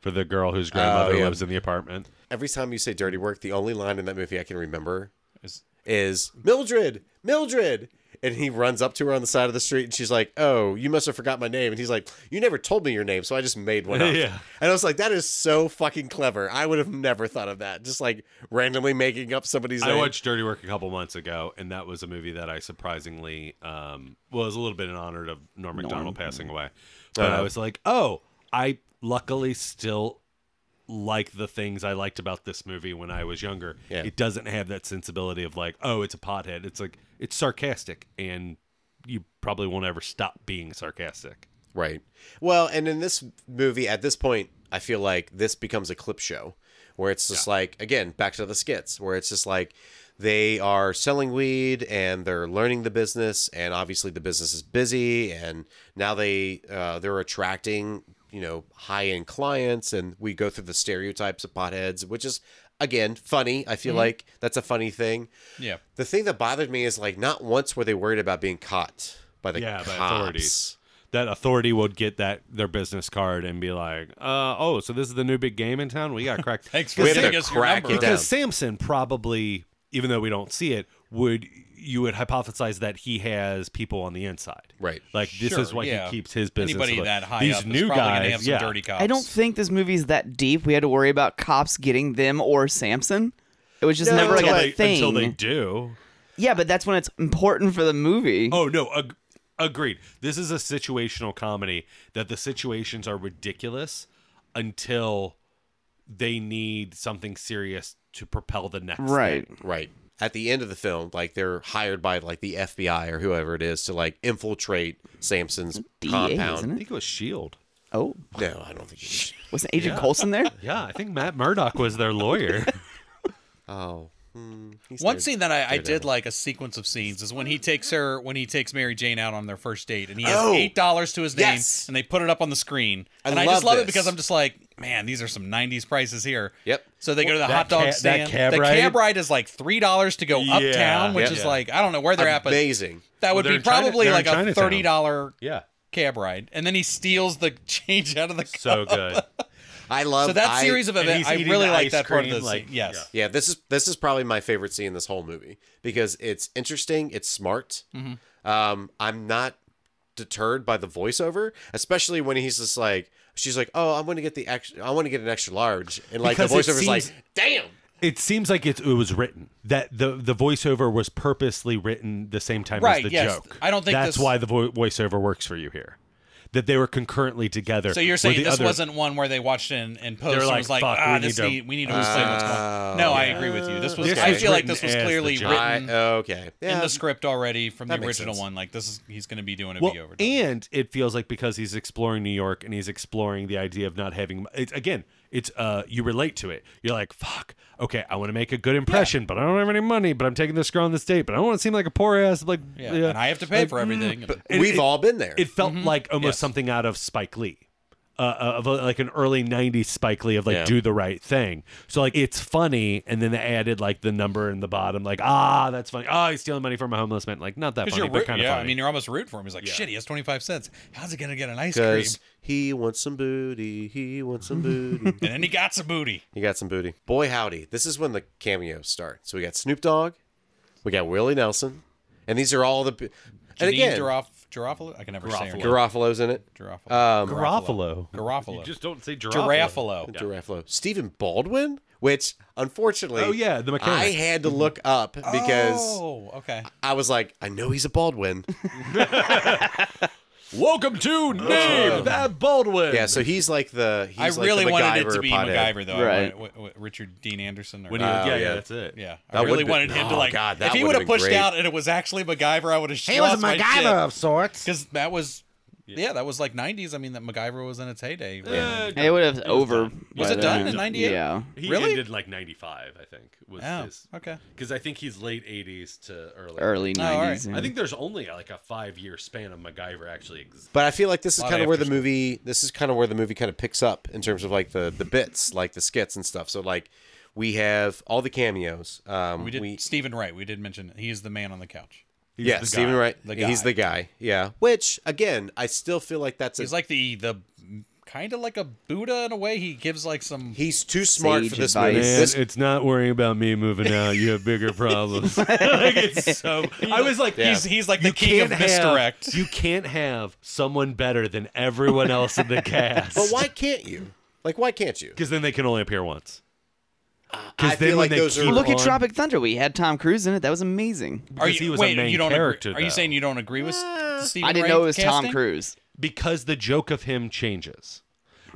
Speaker 2: for the girl whose grandmother
Speaker 1: yeah.
Speaker 2: lives in the apartment.
Speaker 1: Every time you say dirty work, the only line in that movie I can remember
Speaker 3: Is-
Speaker 1: is Mildred, Mildred. And he runs up to her on the side of the street and she's like, Oh, you must have forgot my name. And he's like, You never told me your name, so I just made one up.
Speaker 2: Yeah.
Speaker 1: And I was like, That is so fucking clever. I would have never thought of that. Just like randomly making up somebody's
Speaker 2: I
Speaker 1: name.
Speaker 2: watched Dirty Work a couple months ago, and that was a movie that I surprisingly, um, well, it was a little bit in honor of Norm Macdonald passing away. But I was like, oh, I luckily still like the things I liked about this movie when I was younger.
Speaker 1: Yeah.
Speaker 2: It doesn't have that sensibility of like, oh, it's a pothead. It's like, it's sarcastic, and you probably won't ever stop being sarcastic.
Speaker 1: Right. Well, and in this movie, at this point, I feel like this becomes a clip show where it's just like, again, back to the skits, where it's just like they are selling weed and they're learning the business, and obviously the business is busy, and now they uh, they're attracting you know high end clients, and we go through the stereotypes of potheads, which is again funny. I
Speaker 2: Mm-hmm.
Speaker 1: feel like that's a funny thing.
Speaker 3: yeah.
Speaker 1: The thing that bothered me is like not once were they worried about being caught by the
Speaker 2: Yeah, by
Speaker 1: cops.
Speaker 2: authorities. That authority would get that their business card and be like, uh, oh, so this is the new big game in town. We got cracked.
Speaker 3: Thanks for
Speaker 1: We had
Speaker 3: giving
Speaker 1: to
Speaker 3: us your
Speaker 1: crack it
Speaker 3: number.
Speaker 1: down.
Speaker 2: because Samson probably, even though we don't see it, would you would hypothesize that he has people on the inside,
Speaker 1: Right.
Speaker 2: Like this
Speaker 3: Sure,
Speaker 2: is why
Speaker 3: yeah.
Speaker 2: he keeps his business.
Speaker 3: Anybody
Speaker 2: afloat.
Speaker 3: that high
Speaker 2: These
Speaker 3: up
Speaker 2: new
Speaker 3: is probably
Speaker 2: guys,
Speaker 3: gonna have some
Speaker 2: yeah.
Speaker 3: dirty cops.
Speaker 4: I don't think this movie's that deep. We had to worry about cops getting them or Samson. It was just
Speaker 1: No,
Speaker 4: never like
Speaker 1: until
Speaker 4: a
Speaker 2: Until they,
Speaker 4: thing.
Speaker 2: until they do.
Speaker 4: Yeah, but that's when it's important for the movie.
Speaker 2: Oh no, ag- agreed. This is a situational comedy that the situations are ridiculous until they need something serious to propel the next. thing.
Speaker 4: right.
Speaker 1: Right. at the end of the film, like they're hired by like the FBI or whoever it is to like infiltrate Samson's
Speaker 4: DEA,
Speaker 1: compound.
Speaker 4: isn't
Speaker 2: I E
Speaker 4: it?
Speaker 2: think it was Shield.
Speaker 4: Oh,
Speaker 1: No, I don't think. He
Speaker 4: wasn't Agent Coulson there?
Speaker 2: Yeah, I think Matt Murdock was their lawyer.
Speaker 1: oh, hmm, he's
Speaker 3: One
Speaker 1: there.
Speaker 3: scene that I, I did like a sequence of scenes is when he takes her when he takes Mary Jane out on their first date and he has
Speaker 1: Oh.
Speaker 3: eight dollars to his name
Speaker 1: Yes.
Speaker 3: and they put it up on the screen
Speaker 1: I
Speaker 3: and I just
Speaker 1: love
Speaker 3: love it because
Speaker 1: this.
Speaker 3: I'm just like man these are some '90s prices here.
Speaker 1: Yep.
Speaker 3: So they go to the
Speaker 2: That
Speaker 3: hot dog
Speaker 2: ca- that
Speaker 3: stand.
Speaker 2: cab
Speaker 3: the
Speaker 2: ride?
Speaker 3: cab ride is like three dollars to go
Speaker 2: Yeah.
Speaker 3: uptown, which
Speaker 2: Yep.
Speaker 3: is
Speaker 2: Yeah.
Speaker 3: like I don't know where they're at, but
Speaker 1: amazing.
Speaker 3: that would
Speaker 2: Well,
Speaker 3: be
Speaker 2: they're in China-
Speaker 3: probably
Speaker 2: they're in
Speaker 3: like a
Speaker 2: Chinatown.
Speaker 3: thirty dollar
Speaker 2: yeah,
Speaker 3: cab ride, and then he steals the change out of the car.
Speaker 2: so good.
Speaker 1: I love
Speaker 3: So that
Speaker 1: I-
Speaker 3: series of
Speaker 2: and
Speaker 3: events,
Speaker 2: he's
Speaker 3: I
Speaker 2: eating
Speaker 3: really
Speaker 2: the
Speaker 3: like
Speaker 2: ice
Speaker 3: that part of
Speaker 2: cream,
Speaker 3: the
Speaker 2: like,
Speaker 3: scene. Yes.
Speaker 2: yeah.
Speaker 1: Yeah, this is this is probably my favorite scene in this whole movie because it's interesting, it's smart.
Speaker 3: Mm-hmm.
Speaker 1: Um, I'm not deterred by the voiceover, especially when he's just like, she's like, "Oh, I'm going to get the extra, I want to get an extra large," and like
Speaker 2: Because
Speaker 1: the
Speaker 2: it
Speaker 1: voiceover is like,
Speaker 2: seems-
Speaker 1: "Damn."
Speaker 2: It seems like it, it was written that the the voiceover was purposely written the same time
Speaker 3: Right,
Speaker 2: as the
Speaker 3: yes.
Speaker 2: joke.
Speaker 3: I don't think
Speaker 2: that's
Speaker 3: this-
Speaker 2: why the vo- voiceover works for you here. That they were concurrently together.
Speaker 3: So you're
Speaker 2: where
Speaker 3: saying
Speaker 2: the
Speaker 3: this
Speaker 2: other-
Speaker 3: wasn't one where they watched in and post
Speaker 2: They're
Speaker 3: and
Speaker 2: like,
Speaker 3: was like,
Speaker 2: "Fuck,
Speaker 3: ah,
Speaker 2: we
Speaker 3: this
Speaker 2: need to-
Speaker 3: need, we need to explain what's going
Speaker 1: Oh,
Speaker 3: on. No, I agree with you. This was.
Speaker 2: This
Speaker 3: I
Speaker 2: was
Speaker 3: feel like this
Speaker 2: written
Speaker 3: was
Speaker 2: as the
Speaker 3: clearly
Speaker 2: joke.
Speaker 3: written
Speaker 1: I, okay. Yeah.
Speaker 3: in the script already from
Speaker 1: That
Speaker 3: the
Speaker 1: makes
Speaker 3: original
Speaker 1: sense.
Speaker 3: one. Like this is he's going to be doing a
Speaker 2: Well,
Speaker 3: over.
Speaker 2: and it feels like because he's exploring New York and he's exploring the idea of not having it's again, it's uh you relate to it. You're like, fuck, okay, I want to make a good impression, but I don't have any money, but I'm taking this girl on this date, but I don't want to seem like a poor ass like
Speaker 3: yeah.
Speaker 2: yeah.
Speaker 3: and I have to pay
Speaker 2: Like,
Speaker 3: for
Speaker 2: mm,
Speaker 3: everything. and-
Speaker 2: it-
Speaker 1: We've
Speaker 2: it-
Speaker 1: all been there.
Speaker 2: It felt like
Speaker 3: Mm-hmm. Yes.
Speaker 2: almost something out of Spike Lee. Uh, of a, like an early '90s Spike Lee of like
Speaker 1: Yeah.
Speaker 2: do the right thing, so like it's funny, and then they added like the number in the bottom, like ah, that's funny. Ah, he's stealing money from a homeless man, like not that
Speaker 3: Because
Speaker 2: funny,
Speaker 3: you're,
Speaker 2: but
Speaker 3: root-
Speaker 2: kind of
Speaker 3: yeah,
Speaker 2: funny.
Speaker 3: I mean, you're almost rooting for him. He's like, shit, he has 25 cents. How's he going to get an ice cream?
Speaker 1: because he wants some booty. He wants some booty.
Speaker 3: And then he got some booty.
Speaker 1: You got some booty. Boy, howdy. This is when the cameos start. So we got Snoop Dogg, we got Willie Nelson, and these are all the. And
Speaker 3: Janine
Speaker 1: again,
Speaker 3: Giroff- Girofalo? I can never say her name.
Speaker 1: Garofalo's in it.
Speaker 3: Girofalo.
Speaker 1: Um,
Speaker 2: Garofalo.
Speaker 3: Garofalo.
Speaker 2: You just don't say Girafalo.
Speaker 3: Girafalo.
Speaker 1: Garofalo. Stephen Baldwin, which unfortunately.
Speaker 2: Oh, yeah, the mechanic.
Speaker 1: I had to look up because
Speaker 3: Oh, okay.
Speaker 1: I was like, I know he's a Baldwin.
Speaker 2: Welcome to Name That Baldwin.
Speaker 1: yeah, so he's like the.
Speaker 3: I
Speaker 1: He's like
Speaker 3: really
Speaker 1: the
Speaker 3: wanted it
Speaker 1: MacGyver
Speaker 3: to be
Speaker 1: pothead.
Speaker 3: MacGyver though. I
Speaker 4: Right.
Speaker 3: wanted- w- w- Richard Dean Anderson. Or,
Speaker 2: When he,
Speaker 3: Uh,
Speaker 2: yeah, yeah,
Speaker 1: yeah.
Speaker 2: that's it.
Speaker 3: yeah, I
Speaker 1: That
Speaker 3: really
Speaker 1: would've been-
Speaker 3: wanted him to
Speaker 1: Oh,
Speaker 3: like.
Speaker 1: God, that
Speaker 3: if he
Speaker 1: would've
Speaker 3: would have
Speaker 1: been
Speaker 3: pushed
Speaker 1: great.
Speaker 3: out and it was actually MacGyver, I would have.
Speaker 10: He was a MacGyver of sorts.
Speaker 3: because that was. Yeah. that was like '90s. I mean, that MacGyver was in its heyday.
Speaker 2: Uh,
Speaker 4: It would have over.
Speaker 3: was
Speaker 4: by
Speaker 3: it done
Speaker 4: then.
Speaker 3: in '98?
Speaker 4: Yeah.
Speaker 2: he
Speaker 3: Really?
Speaker 2: ended like 95, I think. Was
Speaker 3: Oh,
Speaker 2: his.
Speaker 3: okay.
Speaker 2: Because I think he's late 80s to early.
Speaker 4: Early
Speaker 3: all right.
Speaker 4: nineties.
Speaker 2: I think there's only like a five year span of MacGyver actually exists.
Speaker 1: But I feel like this is
Speaker 3: Lot
Speaker 1: kind of
Speaker 3: of
Speaker 1: where the
Speaker 3: after
Speaker 1: movie this is kind of where the movie kind of picks up in terms of like the the bits, like the skits and stuff. So like we have all the cameos. Um
Speaker 3: We
Speaker 1: we,
Speaker 3: did Stephen Wright. We did mention he is the man on the couch.
Speaker 1: Yeah, Stephen Wright.
Speaker 3: The
Speaker 1: He's
Speaker 3: guy.
Speaker 1: the guy. Yeah. Which again, I still feel like that's
Speaker 3: He's
Speaker 1: a,
Speaker 3: like the the kind of like a Buddha in a way. He gives like some.
Speaker 1: he's too smart
Speaker 4: Sage
Speaker 1: for this
Speaker 4: advice.
Speaker 1: movie. This-
Speaker 2: it's not worrying about me moving out. You have bigger problems. like it's so. I was like,
Speaker 3: He's he's like the
Speaker 2: you
Speaker 3: king of
Speaker 2: can't have,
Speaker 3: misdirect.
Speaker 2: you can't have someone better than everyone else in the cast.
Speaker 1: but why can't you? Like why can't you?
Speaker 2: Because then they can only appear once.
Speaker 3: Uh,
Speaker 1: I
Speaker 2: then
Speaker 1: feel
Speaker 2: when
Speaker 1: like
Speaker 2: they
Speaker 1: those
Speaker 2: keep-
Speaker 1: are
Speaker 4: Look at
Speaker 2: on-
Speaker 4: Tropic Thunder. We had Tom Cruise in it. That was amazing.
Speaker 3: Are
Speaker 2: Because
Speaker 3: you
Speaker 2: he was
Speaker 3: wait?
Speaker 2: a main
Speaker 3: you don't
Speaker 2: character.
Speaker 3: Agree, are you
Speaker 2: though.
Speaker 3: saying you don't agree with
Speaker 10: Uh,
Speaker 3: Stephen
Speaker 4: I didn't
Speaker 3: Wright
Speaker 4: know it was Tom
Speaker 3: casting?
Speaker 4: Cruise.
Speaker 2: because the joke of him changes.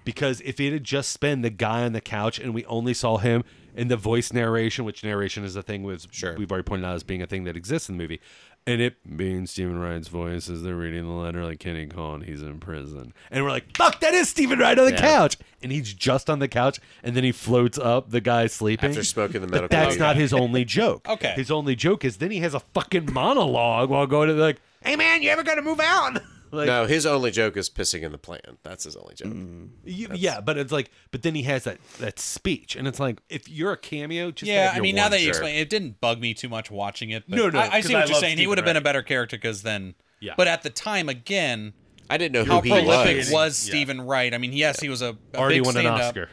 Speaker 2: Because if it had just been the guy on the couch and we only saw him in the voice narration, which narration is a thing with sure. we've already pointed out as being a thing that exists in the movie, and it being Stephen Wright's voice as they're reading the letter like Kenny Con, he's in prison. And we're like, fuck, that is Stephen Wright on the couch. And he's just on the couch and then he floats up the guy sleeping.
Speaker 1: After smoking the medical
Speaker 2: But that's
Speaker 1: weed.
Speaker 2: not his only joke.
Speaker 3: Okay.
Speaker 2: His only joke is then he has a fucking monologue while going to like, Hey man, you ever gonna move out? like
Speaker 1: No, his only joke is pissing in the plan. That's his only joke.
Speaker 4: Mm.
Speaker 2: you, yeah, but it's like, but then he has that that speech, and it's like, if you're a cameo, just
Speaker 3: Yeah,
Speaker 2: have
Speaker 3: I
Speaker 2: your
Speaker 3: mean, now
Speaker 2: one
Speaker 3: that you
Speaker 2: joke.
Speaker 3: explain, it didn't bug me too much watching it. But
Speaker 2: No, no,
Speaker 3: I, I
Speaker 2: 'cause
Speaker 3: see
Speaker 2: I
Speaker 3: what you're
Speaker 2: love
Speaker 3: saying. he
Speaker 2: Stephen
Speaker 3: would have been a
Speaker 2: Wright.
Speaker 3: better character because then.
Speaker 2: Yeah.
Speaker 3: But at the time, again,
Speaker 1: I didn't know who
Speaker 3: how
Speaker 1: he
Speaker 3: prolific
Speaker 1: was.
Speaker 3: was, Stephen Wright? I mean, yes, he was a, a
Speaker 2: already
Speaker 3: big
Speaker 2: won an
Speaker 3: stand-up.
Speaker 2: Oscar.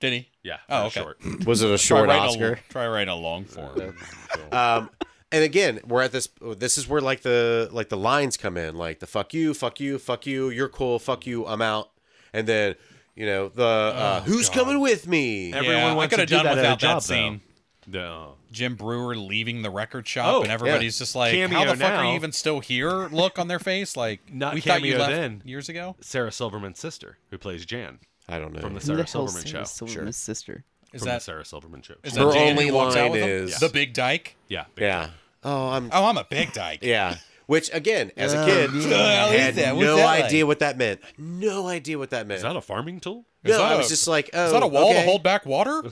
Speaker 3: Did he?
Speaker 2: Yeah, for
Speaker 3: Oh,
Speaker 2: a
Speaker 3: okay.
Speaker 2: short.
Speaker 1: Was it a short
Speaker 3: try write
Speaker 1: Oscar?
Speaker 3: A, try write a long form.
Speaker 1: um, and again, we're at this. This is where like the like the lines come in, like the fuck you, fuck you, fuck you, you're cool, fuck you, I'm out, and then you know the uh, who's coming with me?
Speaker 2: Everyone
Speaker 3: Yeah, I
Speaker 2: wants
Speaker 3: could
Speaker 2: to
Speaker 3: have
Speaker 2: do
Speaker 3: done
Speaker 2: that at a
Speaker 3: without that
Speaker 2: job, uh,
Speaker 3: scene.
Speaker 2: Though. No,
Speaker 3: Jim Brewer leaving the record shop,
Speaker 2: Oh,
Speaker 3: and everybody's just like,
Speaker 2: Cameo
Speaker 3: "How the fuck are
Speaker 2: now.
Speaker 3: you even still here?" Look on their face, like,
Speaker 2: Not
Speaker 3: "We thought you
Speaker 2: cameo
Speaker 3: left
Speaker 2: then.
Speaker 3: years ago."
Speaker 2: Sarah Silverman's sister, who plays Jan
Speaker 1: I don't know.
Speaker 2: from the
Speaker 4: Who
Speaker 2: Sarah
Speaker 4: the hell
Speaker 2: Silverman
Speaker 4: Sarah
Speaker 2: show.
Speaker 4: Silverman's sister.
Speaker 3: Is
Speaker 2: from the
Speaker 3: that,
Speaker 2: Sarah Silverman show.
Speaker 3: is
Speaker 1: Her
Speaker 3: that Janet
Speaker 1: only
Speaker 3: who walks out
Speaker 1: line
Speaker 3: with him?
Speaker 1: is-
Speaker 3: the big dyke?
Speaker 2: yeah, big
Speaker 1: Yeah. Oh, I'm.
Speaker 3: Oh, I'm a big dyke.
Speaker 1: Yeah. Which again, as a kid,
Speaker 3: Well,
Speaker 1: I
Speaker 3: is
Speaker 1: had
Speaker 3: that- what's
Speaker 1: no
Speaker 3: that like?
Speaker 1: idea what that meant. No idea what that meant.
Speaker 2: Is that a farming tool?
Speaker 1: no,
Speaker 3: that
Speaker 1: I
Speaker 3: a-
Speaker 1: was just like, oh,
Speaker 3: Is that a wall
Speaker 1: okay.
Speaker 3: to hold back water?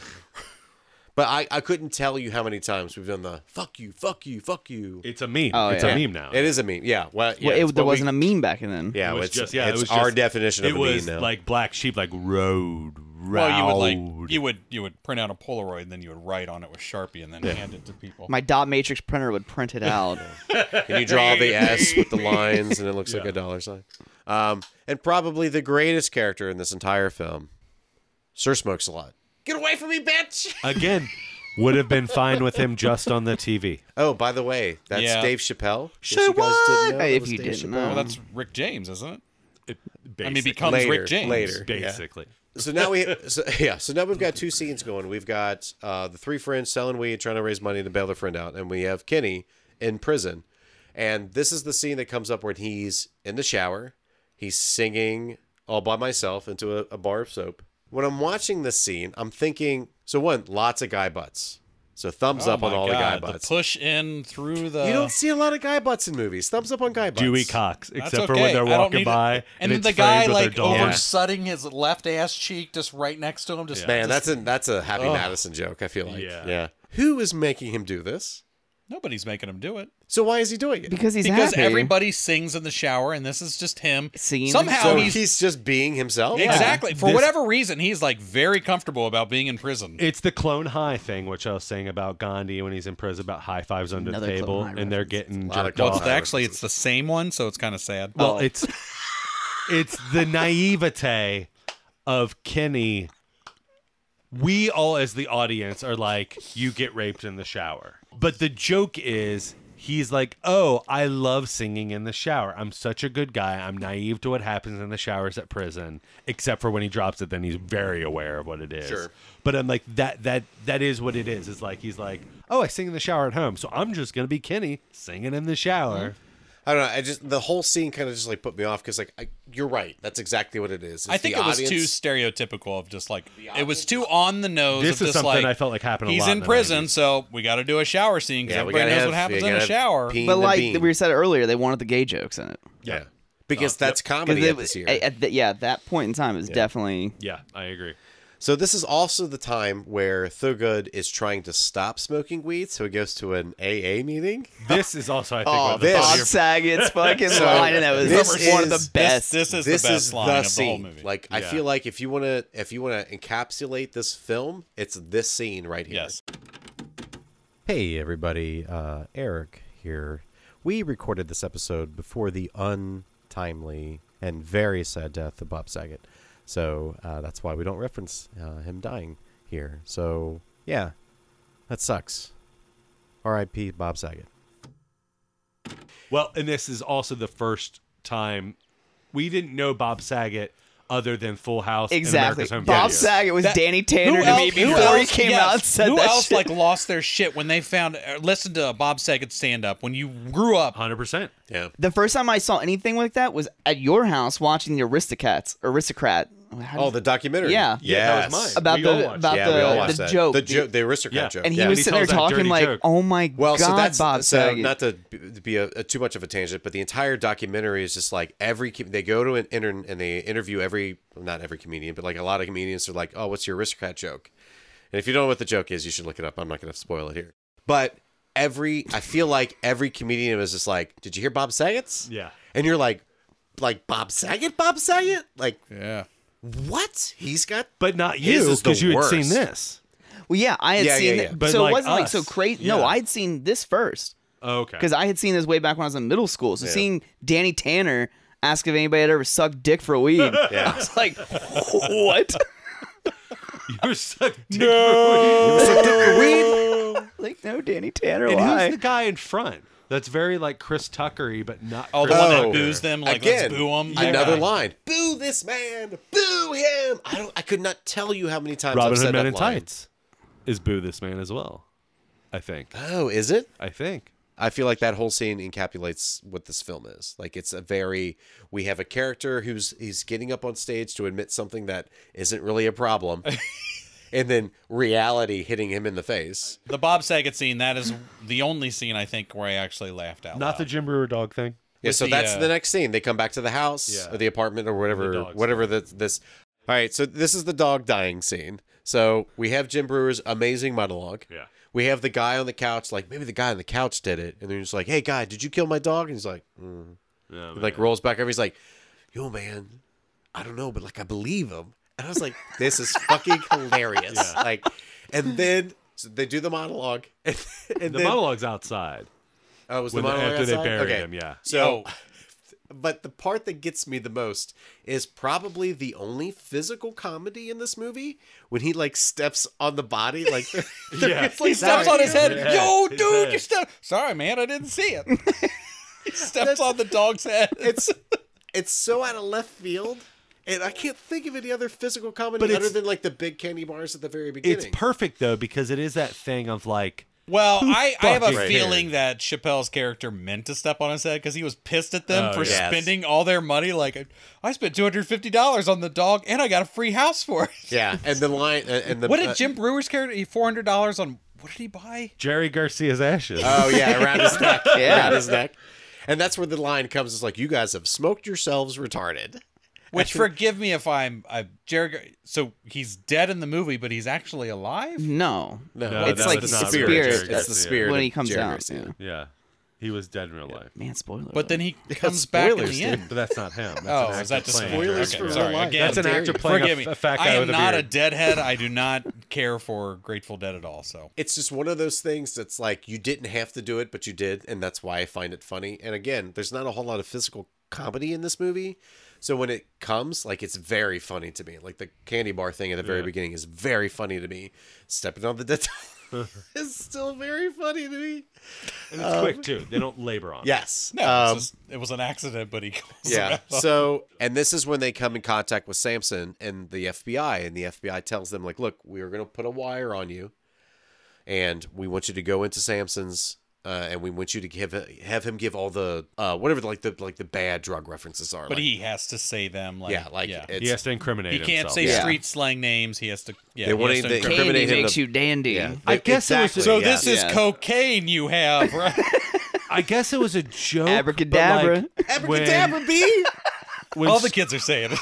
Speaker 1: But I, I couldn't tell you how many times we've done the fuck you, fuck you, fuck you.
Speaker 2: It's a meme.
Speaker 4: Oh,
Speaker 2: it's
Speaker 4: yeah.
Speaker 2: a meme now.
Speaker 1: It is a meme. Yeah. Well, yeah,
Speaker 4: Well,
Speaker 1: it's
Speaker 4: it, there
Speaker 1: what we-
Speaker 4: wasn't a meme back then.
Speaker 1: Yeah,
Speaker 2: It was
Speaker 1: it's
Speaker 2: just yeah.
Speaker 1: it's
Speaker 2: it was
Speaker 1: our
Speaker 2: just-
Speaker 1: definition of
Speaker 2: it
Speaker 1: a
Speaker 2: was
Speaker 1: meme now.
Speaker 2: like black sheep, like road, road.
Speaker 3: Well, you would like you would you would print out a Polaroid and then you would write on it with Sharpie and then hand it to people.
Speaker 4: My dot matrix printer would print it out.
Speaker 1: and you draw the S with the lines, and it looks like a dollar sign. Um, and probably the greatest character in this entire film, Sir Smokes a lot. Get away from me, bitch!
Speaker 2: again. Would have been fine with him just on the TV.
Speaker 1: Oh, by the way, that's
Speaker 3: Yeah.
Speaker 1: Dave Chappelle. Yes,
Speaker 2: Say
Speaker 1: you guys didn't know
Speaker 4: Hey,
Speaker 1: that
Speaker 4: if
Speaker 1: was
Speaker 4: you
Speaker 1: Dave
Speaker 4: didn't
Speaker 1: Chappelle.
Speaker 4: know.
Speaker 3: well, that's Rick James, isn't it?
Speaker 2: It,
Speaker 3: I mean,
Speaker 2: basic-
Speaker 3: becomes
Speaker 1: Later,
Speaker 3: Rick James.
Speaker 1: later. Yeah.
Speaker 2: basically.
Speaker 1: So now we, so, yeah. So now we've got two scenes going. We've got uh, the three friends selling weed, trying to raise money to bail their friend out, and we have Kenny in prison. And this is the scene that comes up when he's in the shower, he's singing all by myself into a, a bar of soap. When I'm watching this scene, I'm thinking, so one, lots of guy butts. So thumbs
Speaker 3: Oh
Speaker 1: up on
Speaker 3: my
Speaker 1: all the guy
Speaker 3: God, uh,
Speaker 1: butts.
Speaker 3: push in through the.
Speaker 1: you don't see a lot of guy butts in movies. Thumbs up on guy butts.
Speaker 2: Dewey Cox,
Speaker 3: That's
Speaker 2: except for when
Speaker 3: okay.
Speaker 2: they're
Speaker 3: I don't
Speaker 2: walking
Speaker 3: need
Speaker 2: by,
Speaker 3: it. and, then
Speaker 2: it's
Speaker 3: the guy
Speaker 2: framed with their
Speaker 3: like
Speaker 2: dog.
Speaker 3: over sutting his left ass cheek just right next to him. Just
Speaker 1: Man, that's a that's a Happy Madison joke. I feel like.
Speaker 2: Yeah.
Speaker 1: yeah. Who is making him do this?
Speaker 3: nobody's making him do it
Speaker 1: So why is he doing it?
Speaker 4: because he's
Speaker 3: because
Speaker 4: happy.
Speaker 3: everybody sings in the shower, and this is just him
Speaker 4: Singing in the
Speaker 3: Somehow
Speaker 1: So
Speaker 3: he's,
Speaker 1: he's, just being himself.
Speaker 3: exactly for
Speaker 2: This-
Speaker 3: whatever reason he's like very comfortable about being in prison.
Speaker 2: It's the clone high thing, which I was saying about Gandhi when he's in prison about high fives under
Speaker 4: Another
Speaker 2: the
Speaker 4: Clone
Speaker 2: table,
Speaker 4: High
Speaker 2: and they're
Speaker 4: reference.
Speaker 2: getting
Speaker 1: lot of
Speaker 2: jerked
Speaker 1: Clone
Speaker 2: off.
Speaker 3: Well, it's actually it's the same one, so it's kind of sad.
Speaker 1: Oh.
Speaker 2: Well, it's it's the naivete of Kenny. We all, as the audience, are like, "You get raped in the shower," but the joke is. He's like, oh, I love singing in the shower. I'm such a good guy. I'm naive to what happens in the showers at prison, except for when he drops it. Then he's very aware of what it is.
Speaker 1: Sure.
Speaker 2: But I'm like, that that that is what it is. It's like he's like, oh, I sing in the shower at home, so I'm just gonna be Kenny singing in the shower.
Speaker 1: Mm-hmm. I don't know. I just the whole scene kind of just like put me off because like I, you're right. That's exactly what it is. It's
Speaker 3: I think
Speaker 1: the
Speaker 3: it was too
Speaker 1: audience-
Speaker 3: stereotypical of just like it was too on the nose.
Speaker 2: This
Speaker 3: of
Speaker 2: is
Speaker 3: just
Speaker 2: something
Speaker 3: like,
Speaker 2: I felt like happened a
Speaker 3: He's
Speaker 2: lot in
Speaker 3: in
Speaker 2: the
Speaker 3: prison,
Speaker 2: 90s.
Speaker 3: so we got to do a shower scene because
Speaker 1: Yeah, we gotta
Speaker 3: everybody knows
Speaker 1: have-
Speaker 3: what happens
Speaker 1: you
Speaker 3: in a
Speaker 1: gotta
Speaker 3: shower.
Speaker 1: peen
Speaker 4: but
Speaker 1: the
Speaker 4: like
Speaker 1: bean.
Speaker 4: we said earlier, they wanted the gay jokes in it.
Speaker 1: yeah.
Speaker 3: Oh,
Speaker 1: because that's comedy
Speaker 4: Because
Speaker 1: at this year.
Speaker 4: at- at the- yeah, at that point in time, it was definitely
Speaker 2: Yeah, I agree.
Speaker 1: so this is also the time where Thurgood is trying to stop smoking weed. So he goes to an AA meeting.
Speaker 2: This is also, I think,
Speaker 1: Oh,
Speaker 2: one of the
Speaker 1: this-
Speaker 2: funnier-
Speaker 4: Bob Saget's fucking
Speaker 1: So,
Speaker 4: line, and that was
Speaker 1: this
Speaker 4: one of
Speaker 1: is-
Speaker 4: the best.
Speaker 3: This is the best line of the whole
Speaker 1: scene.
Speaker 3: movie.
Speaker 1: Like I
Speaker 2: Yeah.
Speaker 1: feel like if you wanna if you wanna encapsulate this film, it's this scene right here.
Speaker 3: yes,
Speaker 1: Hey, everybody. Uh, Eric here. We recorded this episode before the untimely and very sad death of Bob Saget. So uh, that's why we don't reference uh, him dying here. So, yeah, that sucks. R.I.P. Bob Saget.
Speaker 2: Well, and this is also the first time we didn't know Bob Saget other than Full House. and
Speaker 4: exactly.
Speaker 2: America's Home
Speaker 4: Bob
Speaker 2: Video.
Speaker 4: Saget was
Speaker 3: That-
Speaker 4: Danny Tanner
Speaker 3: who
Speaker 4: to me
Speaker 3: else- who
Speaker 4: before he
Speaker 3: else-
Speaker 4: came
Speaker 3: yes,
Speaker 4: out and said
Speaker 3: who
Speaker 4: that
Speaker 3: else
Speaker 4: shit.
Speaker 3: like lost their shit when they found or listened to Bob Saget stand up when you grew up?
Speaker 2: hundred percent.
Speaker 1: Yeah.
Speaker 4: the first time I saw anything like that was at your house watching the Aristocats, Aristocrat. How do
Speaker 1: Oh,
Speaker 4: you-
Speaker 1: the documentary.
Speaker 4: Yeah.
Speaker 2: Yeah, that was
Speaker 1: Yes.
Speaker 2: mine.
Speaker 4: about
Speaker 2: we all
Speaker 4: the
Speaker 2: watched
Speaker 4: about
Speaker 1: yeah,
Speaker 4: the,
Speaker 1: we all
Speaker 4: the
Speaker 1: watched that.
Speaker 4: joke,
Speaker 1: The joke, the aristocrat
Speaker 2: Yeah.
Speaker 1: joke.
Speaker 4: and he
Speaker 1: yeah.
Speaker 4: was
Speaker 2: he
Speaker 4: sitting there
Speaker 2: tells that
Speaker 4: talking
Speaker 2: dirty
Speaker 4: like,
Speaker 2: joke.
Speaker 4: "Oh my
Speaker 1: Well,
Speaker 4: god,
Speaker 1: so that's
Speaker 4: Bob
Speaker 1: so
Speaker 4: Saget."
Speaker 1: not to b- be a, a- too much of a tangent, but the entire documentary is just like every com- they go to an intern and they interview every well, not every comedian, but like a lot of comedians are like, "Oh, what's your aristocrat joke?" And if you don't know what the joke is, you should look it up. I'm not going to spoil it here. But every I feel like every comedian was just like, "Did you hear Bob Saget's?"
Speaker 2: Yeah.
Speaker 1: and you're like, like Bob Saget, Bob Saget, like
Speaker 3: Yeah,
Speaker 1: what? He's got
Speaker 2: But not
Speaker 1: His
Speaker 2: you
Speaker 1: is the
Speaker 2: because you had seen
Speaker 1: worst.
Speaker 2: this.
Speaker 4: well, yeah, I had
Speaker 1: Yeah,
Speaker 4: seen
Speaker 1: yeah,
Speaker 4: it,
Speaker 1: yeah.
Speaker 2: But
Speaker 4: so
Speaker 2: like
Speaker 4: it wasn't like so
Speaker 2: us,
Speaker 4: crazy. No,
Speaker 2: yeah.
Speaker 4: I had seen this first
Speaker 2: Oh, okay.
Speaker 4: because I had seen this way back when I was in middle school. So seeing Danny Tanner ask if anybody had ever sucked dick for weed, I was like, "What?"
Speaker 2: you're such a dick.
Speaker 4: like, no, Danny Tanner,
Speaker 2: And
Speaker 4: why?
Speaker 2: who's the guy in front? That's very like Chris Tuckery, but not.
Speaker 3: oh, the
Speaker 2: Chris
Speaker 1: Oh.
Speaker 3: one that
Speaker 2: Tucker.
Speaker 3: boos them like
Speaker 1: Again,
Speaker 3: let's boo him.
Speaker 1: Another
Speaker 2: Yeah.
Speaker 1: line. Boo this man. Boo him. I don't. I could not tell you how many times I've
Speaker 2: Robin
Speaker 1: said
Speaker 2: Hood Men
Speaker 1: that
Speaker 2: in
Speaker 1: line.
Speaker 2: Tights is boo this man as well. I think.
Speaker 1: Oh, is it?
Speaker 2: I think.
Speaker 1: I feel like that whole scene encapsulates what this film is. Like it's a very we have a character who's he's getting up on stage to admit something that isn't really a problem. and then reality hitting him in the face.
Speaker 3: The Bob Saget scene, that is the only scene I think where I actually laughed out.
Speaker 2: Not the
Speaker 3: loud.
Speaker 2: Jim Brewer dog thing.
Speaker 1: Yeah,
Speaker 3: With
Speaker 1: so
Speaker 3: the,
Speaker 1: that's
Speaker 3: uh,
Speaker 1: the next scene. They come back to the house
Speaker 2: Yeah.
Speaker 1: or the apartment or
Speaker 2: The
Speaker 1: whatever,
Speaker 2: dog's
Speaker 1: whatever that this. All right, so this is the dog dying scene. So we have Jim Brewer's amazing monologue.
Speaker 2: Yeah.
Speaker 1: We have the guy on the couch, like maybe the guy on the couch did it, and they're just like, "Hey, guy, did you kill my dog?" And he's like, mm. He, like rolls back over. He's like, "Yo, man, I don't know, but like I believe him." And I was like, "This is fucking hilarious!" Like, and then so they do the monologue, and, and
Speaker 2: The
Speaker 1: then,
Speaker 2: monologue's outside.
Speaker 1: Oh, was the
Speaker 2: When they-
Speaker 1: monologue
Speaker 2: after they
Speaker 1: outside?
Speaker 2: buried
Speaker 1: Okay.
Speaker 2: him, yeah.
Speaker 1: So,
Speaker 3: Oh.
Speaker 1: but the part that gets me the most is probably the only physical comedy in this movie when he like steps on the body, like
Speaker 2: Yeah.
Speaker 3: He steps on his head.
Speaker 2: Yeah,
Speaker 3: Yo,
Speaker 2: his
Speaker 3: dude, you
Speaker 2: head.
Speaker 3: step. Sorry, man, I didn't see it. he steps on the dog's head.
Speaker 1: it's it's so out of left field. And I can't think of any other physical comedy
Speaker 2: But
Speaker 1: other
Speaker 2: it's-
Speaker 1: than like the big candy bars at the very
Speaker 2: It's
Speaker 1: beginning.
Speaker 2: perfect though because it is that thing of like
Speaker 3: Well, I, I have a
Speaker 2: fucking
Speaker 3: feeling that Chappelle's character meant to step on his head because he was pissed at them
Speaker 2: Oh,
Speaker 3: for
Speaker 2: yes.
Speaker 3: spending all their money. Like, I spent two hundred fifty dollars on the dog, and I got a free house for it.
Speaker 1: yeah, and the line and and the
Speaker 3: what did
Speaker 1: uh,
Speaker 3: Jim Brewer's character? Four hundred dollars on what did he buy?
Speaker 2: Jerry Garcia's ashes.
Speaker 3: Uh,
Speaker 1: Oh yeah, around his neck.
Speaker 4: Yeah.
Speaker 1: around his neck. And that's where the line comes. It's like you guys have smoked yourselves retarded.
Speaker 3: Which forgive me if I'm I Jerry. So he's dead in the movie, but he's actually alive.
Speaker 4: No.
Speaker 2: No,
Speaker 4: it's
Speaker 2: that
Speaker 4: like the
Speaker 2: was not
Speaker 4: spirit.
Speaker 2: Jerry
Speaker 1: It's the
Speaker 2: Garcia.
Speaker 1: spirit
Speaker 4: when he
Speaker 1: of
Speaker 4: comes
Speaker 1: Jerry
Speaker 4: out.
Speaker 1: Garcia.
Speaker 4: yeah.
Speaker 2: yeah, he was dead in real life,
Speaker 4: Man, spoiler.
Speaker 3: But then
Speaker 4: alert.
Speaker 3: he comes back in the
Speaker 1: spoilers, dude.
Speaker 3: end.
Speaker 2: but that's not him. That's
Speaker 3: Oh,
Speaker 2: an
Speaker 3: is
Speaker 2: actor
Speaker 3: that just
Speaker 2: playing
Speaker 3: spoilers
Speaker 2: Jerry
Speaker 3: for
Speaker 2: Garcia.
Speaker 3: real life?
Speaker 2: That's an
Speaker 1: How
Speaker 2: actor
Speaker 1: dare you.
Speaker 2: playing
Speaker 3: Forgive
Speaker 2: a,
Speaker 3: me.
Speaker 2: a fat guy
Speaker 3: I am
Speaker 2: with a
Speaker 3: not
Speaker 2: beard.
Speaker 3: a deadhead. I do not care for Grateful Dead at all. So
Speaker 1: It's just one of those things that's like you didn't have to do it, but you did, and that's why I find it funny. And again, there's not a whole lot of physical comedy in this movie. So when it comes, like it's very funny to me. Like the candy bar thing at the very beginning is very funny to me. Stepping on the dead is still very funny to me.
Speaker 2: And it's quick too. They don't labor on. it.
Speaker 1: Yes.
Speaker 3: no,
Speaker 1: Um,
Speaker 3: it's just- it was an accident, but he
Speaker 1: yeah. So, and this is when they come in contact with Samson and the FBI, and the FBI tells them, like, look, we are going to put a wire on you, and we want you to go into Samson's, uh, and we want you to give have him give all the uh, whatever like the like the bad drug references are.
Speaker 3: But
Speaker 1: like,
Speaker 3: he has to say them. Like,
Speaker 1: yeah, like
Speaker 3: yeah.
Speaker 1: it's
Speaker 2: he has to incriminate
Speaker 3: he can't
Speaker 2: himself.
Speaker 3: say
Speaker 4: Yeah.
Speaker 3: street slang names. He has to. Yeah,
Speaker 1: They
Speaker 3: he
Speaker 1: wanted
Speaker 3: has to
Speaker 1: the-
Speaker 3: incriminate-
Speaker 4: candy
Speaker 1: incriminating him
Speaker 4: makes
Speaker 1: to-
Speaker 4: you dandy.
Speaker 1: yeah.
Speaker 2: I guess it was
Speaker 1: Exactly,
Speaker 2: just-
Speaker 3: So
Speaker 1: yeah.
Speaker 3: this is
Speaker 4: Yeah.
Speaker 3: cocaine you have, right?
Speaker 2: I guess it was a joke.
Speaker 4: Abracadabra.
Speaker 2: But like, when-
Speaker 1: abracadabra B.
Speaker 2: When,
Speaker 3: all the kids are saying it.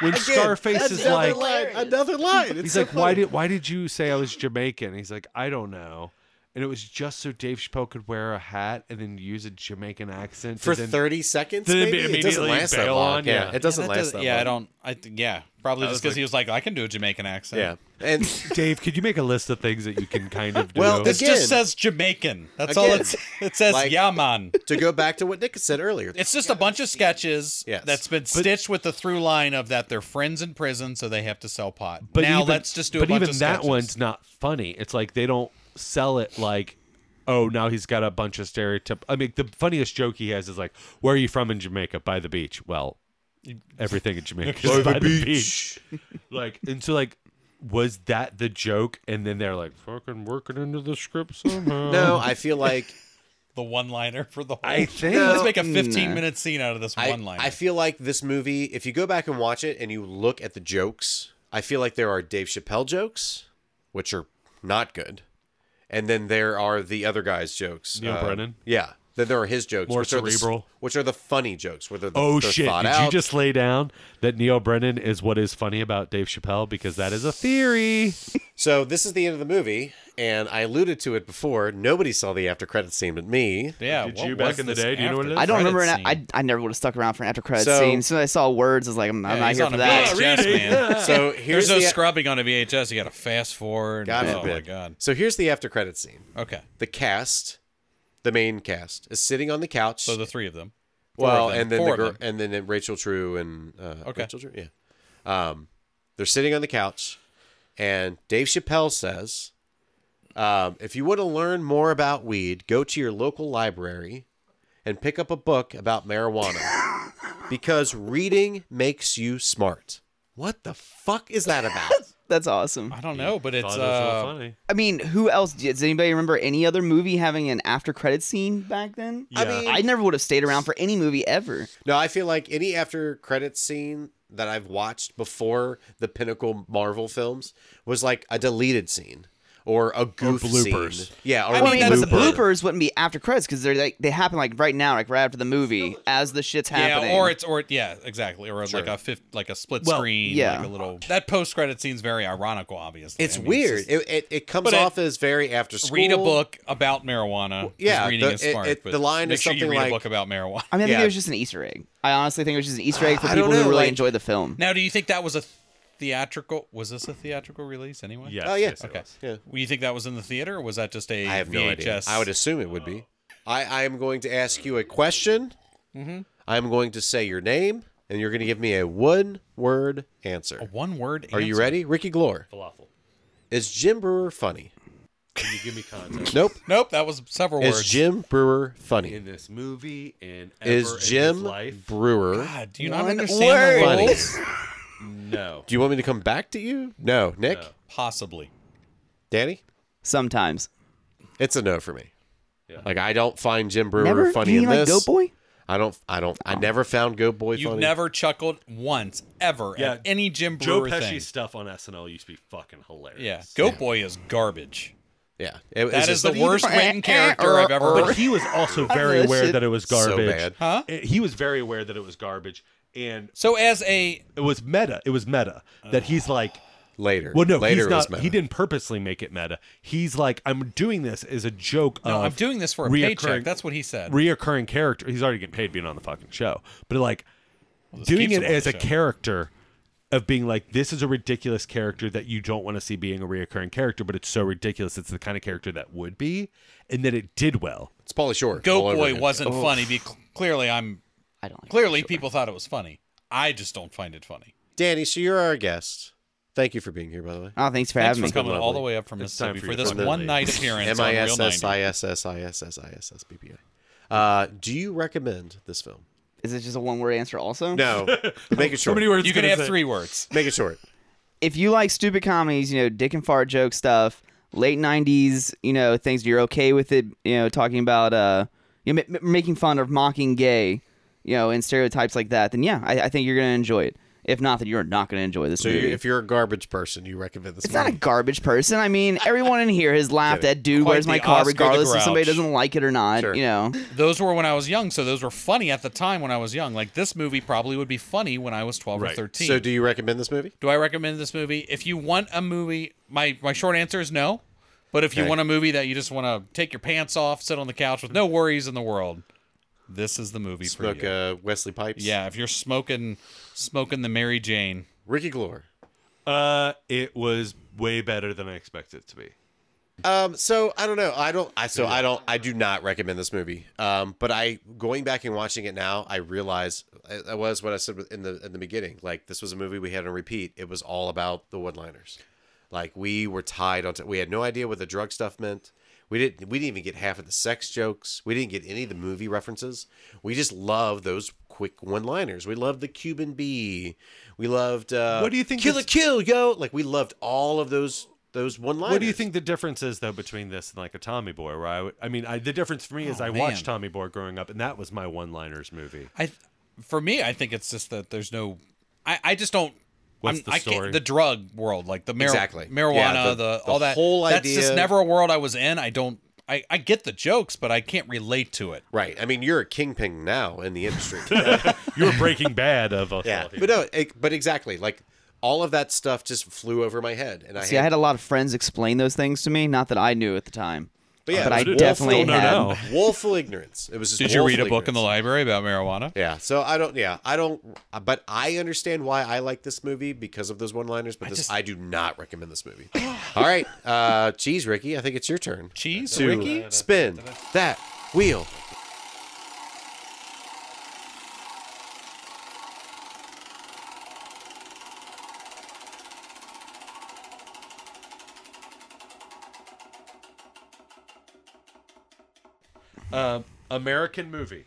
Speaker 2: when Starface is like,
Speaker 1: line, another line. It's
Speaker 2: he's
Speaker 1: so
Speaker 2: like, why
Speaker 1: funny.
Speaker 2: did why did you say I was Jamaican? He's like, I don't know. And it was just so Dave Chappelle could wear a hat and then use a Jamaican accent
Speaker 1: for
Speaker 2: to then-
Speaker 1: thirty seconds?
Speaker 2: Then
Speaker 1: Maybe? It doesn't
Speaker 2: immediately
Speaker 1: last that
Speaker 2: bail
Speaker 1: long.
Speaker 2: on,
Speaker 1: yeah.
Speaker 2: yeah.
Speaker 1: it doesn't
Speaker 3: That
Speaker 1: last
Speaker 3: doesn't-
Speaker 1: that
Speaker 3: yeah,
Speaker 1: long.
Speaker 3: I don't. I th- yeah, probably just
Speaker 2: was
Speaker 3: because
Speaker 2: like-
Speaker 3: he was like, I can do a Jamaican accent.
Speaker 1: Yeah, and
Speaker 2: Dave, could you make a list of things that you can kind of do?
Speaker 1: Well,
Speaker 3: This
Speaker 1: Again.
Speaker 3: just says Jamaican. That's all
Speaker 1: Again.
Speaker 3: it's. It says
Speaker 1: Like-
Speaker 3: yeah, man.
Speaker 1: to go back to what Nick said earlier,
Speaker 3: It's just a bunch of sketches
Speaker 1: Yes.
Speaker 3: that's been stitched with the through line of that they're friends in prison, so they have to sell pot.
Speaker 2: but
Speaker 3: now
Speaker 2: even,
Speaker 3: let's just do a
Speaker 2: But
Speaker 3: bunch
Speaker 2: even
Speaker 3: of
Speaker 2: that
Speaker 3: sketches.
Speaker 2: one's not funny. It's like they don't sell it like, oh, now he's got a bunch of stereotype. I mean, the funniest joke he has is like, "Where are you from in Jamaica? By the beach." Well, everything in Jamaica is by the beach. like, and so like, was that the joke? And then they're like, "Fucking working into the script somehow."
Speaker 1: no, I feel like
Speaker 3: the one liner for the whole.
Speaker 2: I think
Speaker 3: let's make a 15 minute scene out of this
Speaker 1: Hmm. I,
Speaker 3: one liner.
Speaker 1: I feel like this movie, if you go back and watch it and you look at the jokes, I feel like there are Dave Chappelle jokes, which are not good. And then there are the other guy's jokes. uh,
Speaker 2: Neil Brennan?
Speaker 1: Yeah. Then there are his jokes.
Speaker 2: More
Speaker 1: which are the s-
Speaker 2: cerebral.
Speaker 1: which are the funny jokes. Where they're,
Speaker 2: Oh
Speaker 1: they're
Speaker 2: shit!
Speaker 1: thought
Speaker 2: Did you
Speaker 1: out.
Speaker 2: just lay down that Neil Brennan is what is funny about Dave Chappelle? Because that is a theory.
Speaker 1: So this is the end of the movie. And I alluded to it before. Nobody saw the after credit scene but me.
Speaker 3: yeah.
Speaker 2: Did
Speaker 3: what
Speaker 2: you back
Speaker 3: was
Speaker 2: in the
Speaker 3: this
Speaker 2: day? Do you know what it
Speaker 3: after
Speaker 2: is?
Speaker 4: I don't
Speaker 3: credit
Speaker 4: remember. An,
Speaker 3: scene?
Speaker 4: I I never would have stuck around for an after credit
Speaker 1: So-
Speaker 4: scene. As soon as I saw words, I was like, I'm, I'm
Speaker 3: Yeah,
Speaker 4: not
Speaker 3: he's
Speaker 4: here
Speaker 3: on
Speaker 4: for
Speaker 3: a
Speaker 2: Ah,
Speaker 4: that.
Speaker 3: VHS, man.
Speaker 1: So
Speaker 3: There's
Speaker 1: here's
Speaker 3: no
Speaker 1: the
Speaker 3: scrubbing on a VHS. You got to fast forward.
Speaker 1: God
Speaker 3: oh my
Speaker 1: forbid.
Speaker 3: god.
Speaker 1: So here's the after credit scene.
Speaker 3: Okay.
Speaker 1: The cast, the main cast, is sitting on the couch.
Speaker 3: So the three of them. Four of
Speaker 1: Well,
Speaker 3: them.
Speaker 1: and then
Speaker 3: Four
Speaker 1: the
Speaker 3: of
Speaker 1: girl,
Speaker 3: them.
Speaker 1: and then Rachel True and uh,
Speaker 3: Okay.
Speaker 1: Rachel True, yeah. Um, they're sitting on the couch, and Dave Chappelle says, um, "If you want to learn more about weed, go to your local library and pick up a book about marijuana, because reading makes you smart." What the fuck is that about?
Speaker 4: That's awesome.
Speaker 3: I don't know, but it's
Speaker 2: Thought it was really
Speaker 3: uh,
Speaker 2: funny.
Speaker 4: I mean, who else? Does anybody remember any other movie having an after credit scene back then?
Speaker 1: I mean,
Speaker 4: I never would have stayed around for any movie ever.
Speaker 1: no, I feel like any after credit scene that I've watched before the pinnacle Marvel films was like a deleted scene or a goof
Speaker 2: bloopers.
Speaker 1: scene. Yeah, or
Speaker 3: I
Speaker 1: a
Speaker 3: mean,
Speaker 4: Yeah, but the
Speaker 1: blooper.
Speaker 4: bloopers wouldn't be after credits because they're like they happen like right now, like right after the movie, as the shit's happening.
Speaker 3: Yeah, or it's or it- yeah, exactly, or like a fifth, like a split
Speaker 2: Well,
Speaker 3: screen,
Speaker 4: yeah.
Speaker 3: like a little. That post credit scene's very ironical, obviously.
Speaker 1: It's
Speaker 3: I mean,
Speaker 1: weird.
Speaker 3: just-
Speaker 1: it, it, it comes
Speaker 3: But it-
Speaker 1: off as very after school.
Speaker 3: read a book about marijuana.
Speaker 1: yeah,
Speaker 3: is reading
Speaker 1: the-
Speaker 3: is
Speaker 1: it-
Speaker 3: smart.
Speaker 1: it-
Speaker 3: but
Speaker 1: the line
Speaker 3: make
Speaker 1: is
Speaker 3: sure you
Speaker 1: something
Speaker 3: read
Speaker 1: like-
Speaker 3: a book about marijuana.
Speaker 4: I mean, I think
Speaker 1: yeah.
Speaker 4: it was just an Easter egg. I honestly think it was just an Easter egg for
Speaker 1: I don't
Speaker 4: people who
Speaker 1: know,
Speaker 4: really
Speaker 1: like-
Speaker 4: enjoy the film.
Speaker 3: Now, do you think that was a theatrical? Was this a theatrical release anyway?
Speaker 2: Yes,
Speaker 1: Oh, yeah.
Speaker 2: yes, it
Speaker 3: Okay.
Speaker 2: was.
Speaker 1: Yeah.
Speaker 3: Well, you think that was in the theater, or was that just a
Speaker 1: I have
Speaker 3: VHS?
Speaker 1: no idea. I would assume it would be. I, I am going to ask you a question.
Speaker 3: Mm-hmm.
Speaker 1: I'm going to say your name, and you're going to give me a one word answer.
Speaker 3: one word.
Speaker 1: Are you ready? Ricky Glore.
Speaker 2: Falafel.
Speaker 1: Is Jim Brewer funny?
Speaker 2: Can you give me context
Speaker 1: Nope.
Speaker 3: Nope, that was several
Speaker 1: Is
Speaker 3: words.
Speaker 1: Jim Brewer funny?
Speaker 2: in this movie and ever in
Speaker 1: Is
Speaker 2: his
Speaker 1: Jim
Speaker 2: life?
Speaker 1: Brewer
Speaker 3: God, do you not
Speaker 4: One
Speaker 3: understand the
Speaker 4: word.
Speaker 1: funny?
Speaker 3: rules?
Speaker 2: No.
Speaker 1: Do you want me to come back to you? No. Nick?
Speaker 2: No.
Speaker 3: Possibly.
Speaker 1: Danny?
Speaker 4: Sometimes.
Speaker 1: It's a no for me.
Speaker 2: Yeah.
Speaker 1: Like I don't find Jim Brewer
Speaker 4: Never
Speaker 1: funny
Speaker 4: you
Speaker 1: in
Speaker 4: like
Speaker 1: this.
Speaker 4: Goat Boy?
Speaker 1: I don't. I don't. I never found Goat Boy
Speaker 3: You've
Speaker 1: funny.
Speaker 3: never chuckled once ever
Speaker 2: Yeah,
Speaker 3: at any Jim
Speaker 2: Joe
Speaker 3: Brewer
Speaker 2: Pesci
Speaker 3: thing.
Speaker 2: stuff on SNL used to be fucking hilarious.
Speaker 3: Yeah, Goat Boy is garbage.
Speaker 1: Yeah. It,
Speaker 3: That is the
Speaker 1: worst.
Speaker 3: worst written character I've ever
Speaker 2: But
Speaker 3: heard.
Speaker 2: he was also very
Speaker 4: that
Speaker 2: aware
Speaker 4: shit
Speaker 2: that it was
Speaker 1: so
Speaker 2: garbage.
Speaker 1: bad.
Speaker 3: Huh?
Speaker 2: Uh, He was very aware that it was garbage, and
Speaker 3: So as a
Speaker 2: it was meta. It was meta that
Speaker 3: Oh.
Speaker 2: he's like,
Speaker 1: Later.
Speaker 2: well, no,
Speaker 1: Later
Speaker 2: he's
Speaker 1: it
Speaker 2: not.
Speaker 1: was meta.
Speaker 2: He didn't purposely make it meta. He's like, I'm doing this as a joke.
Speaker 3: no,
Speaker 2: of
Speaker 3: I'm doing this for a
Speaker 2: reoccurring-
Speaker 3: paycheck. That's what he said.
Speaker 2: reoccurring character. He's already getting paid being on the fucking show, but like doing
Speaker 3: keeps
Speaker 2: it
Speaker 3: him on
Speaker 2: as
Speaker 3: the
Speaker 2: a
Speaker 3: show.
Speaker 2: character of being like, this is a ridiculous character that you don't want to see being a reoccurring character, but it's so ridiculous. It's the kind of character that would be, and that it did well.
Speaker 1: It's Paulie Shore.
Speaker 3: Goat
Speaker 1: all over
Speaker 3: Boy
Speaker 1: again.
Speaker 3: wasn't funny. Be, clearly, I'm
Speaker 4: I don't like
Speaker 3: clearly people thought it was funny. I just don't find it funny.
Speaker 1: Danny, so you're our guest. Thank you for being here, by the way.
Speaker 4: Oh, thanks for
Speaker 3: Thanks
Speaker 4: having
Speaker 3: for
Speaker 4: me.
Speaker 3: coming all the way up from
Speaker 2: It's time
Speaker 3: Mississippi
Speaker 2: for
Speaker 3: for,
Speaker 2: you to
Speaker 3: this
Speaker 2: come to
Speaker 3: one
Speaker 2: the-
Speaker 3: night appearance
Speaker 1: M
Speaker 3: on
Speaker 1: I
Speaker 3: Real
Speaker 1: S S
Speaker 3: 90.
Speaker 1: I S S I S S I S S B B A. Uh, Do you recommend this film?
Speaker 4: Is it just a one word answer also?
Speaker 1: No. Make it short.
Speaker 2: words.
Speaker 3: You can have three words.
Speaker 1: Make it short.
Speaker 4: If you like stupid comedies, you know, dick and fart joke stuff, late nineties, you know, things you're okay with it, you know, talking about uh you know, m- m- making fun or mocking gay, you know, and stereotypes like that, then yeah, I, I think you're gonna enjoy it. If not, then you're not gonna enjoy this
Speaker 1: So
Speaker 4: movie.
Speaker 1: you, if you're a garbage person, you recommend this
Speaker 4: It's not a
Speaker 1: movie.
Speaker 4: garbage person. I mean, everyone in here has laughed at dude,
Speaker 3: Quite
Speaker 4: where's my
Speaker 3: the
Speaker 4: car,
Speaker 3: Oscar the
Speaker 4: regardless if somebody
Speaker 3: Grouch.
Speaker 4: doesn't like it or not.
Speaker 1: Sure.
Speaker 4: You know,
Speaker 3: Those were when I was young, so those were funny at the time when I was young. Like this movie probably would be funny when I was 12 or
Speaker 2: Right.
Speaker 3: 13.
Speaker 1: So do you recommend this movie?
Speaker 3: Do I recommend this movie? If you want a movie, my my short answer is no. But if you
Speaker 1: Okay.
Speaker 3: want a movie that you just want to take your pants off, sit on the couch with no worries in the world, this is the movie
Speaker 1: Smoke
Speaker 3: for you.
Speaker 1: uh, Wesley Pipes.
Speaker 3: Yeah, if you're smoking smoking the Mary Jane,
Speaker 1: Ricky Glore.
Speaker 2: Uh, it was way better than I expected it to be.
Speaker 1: Um, so I don't know. I don't. I so I don't. I do not recommend this movie. Um, but I going back and watching it now, I realize I, I was what I said in the in the beginning. Like this was a movie we had on repeat. It was all about the one-liners. Like we were tied onto. We had no idea what the drug stuff meant. We didn't. We didn't even get half of the sex jokes. We didn't get any of the movie references. We just loved those quick one-liners. We loved the Cuban bee. We loved. Uh,
Speaker 2: What do you think
Speaker 1: Kill a
Speaker 2: it's-
Speaker 1: kill, yo! Like we loved all of those those one-liners.
Speaker 2: What do you think the difference is though between this and like a Tommy Boy? Where I, would, I mean, I, the difference for me is I watched
Speaker 3: Oh, man.
Speaker 2: Tommy Boy growing up, and that was my one-liners movie.
Speaker 3: I for me, I think it's just that there's no. I, I just don't.
Speaker 2: What's the
Speaker 3: I can't-
Speaker 2: story?
Speaker 3: the drug world, like the mar-
Speaker 1: Exactly.
Speaker 3: marijuana,
Speaker 1: Yeah,
Speaker 3: the,
Speaker 1: the- the
Speaker 3: all that.
Speaker 1: whole
Speaker 3: that's just
Speaker 1: idea-
Speaker 3: never a world I was in. I don't. I, I get the jokes, but I can't relate to it.
Speaker 1: Right. I mean, you're a kingpin now in the industry.
Speaker 2: You were Breaking Bad of us.
Speaker 1: yeah.
Speaker 2: all here.
Speaker 3: uh,
Speaker 1: But no, it, but exactly. Like all of that stuff just flew over my head, and I
Speaker 4: see, I had a lot of friends explain those things to me. Not that I knew at the time.
Speaker 1: but, yeah,
Speaker 4: but
Speaker 1: it
Speaker 4: I
Speaker 1: was
Speaker 4: definitely
Speaker 1: woeful,
Speaker 2: Still don't
Speaker 4: had.
Speaker 2: know.
Speaker 1: woeful ignorance. It was just.
Speaker 3: Did you read a
Speaker 1: woeful
Speaker 3: book in the
Speaker 1: ignorance.
Speaker 3: library about marijuana?
Speaker 1: Yeah. So I don't. Yeah, I don't. But I understand why I like this movie because of those one-liners. But this,
Speaker 3: just-
Speaker 1: I do not recommend this movie. all right. Uh, cheese, Ricky. I think it's your turn.
Speaker 3: Cheese,
Speaker 1: to
Speaker 3: Ricky?
Speaker 1: spin that wheel.
Speaker 2: Um, American movie.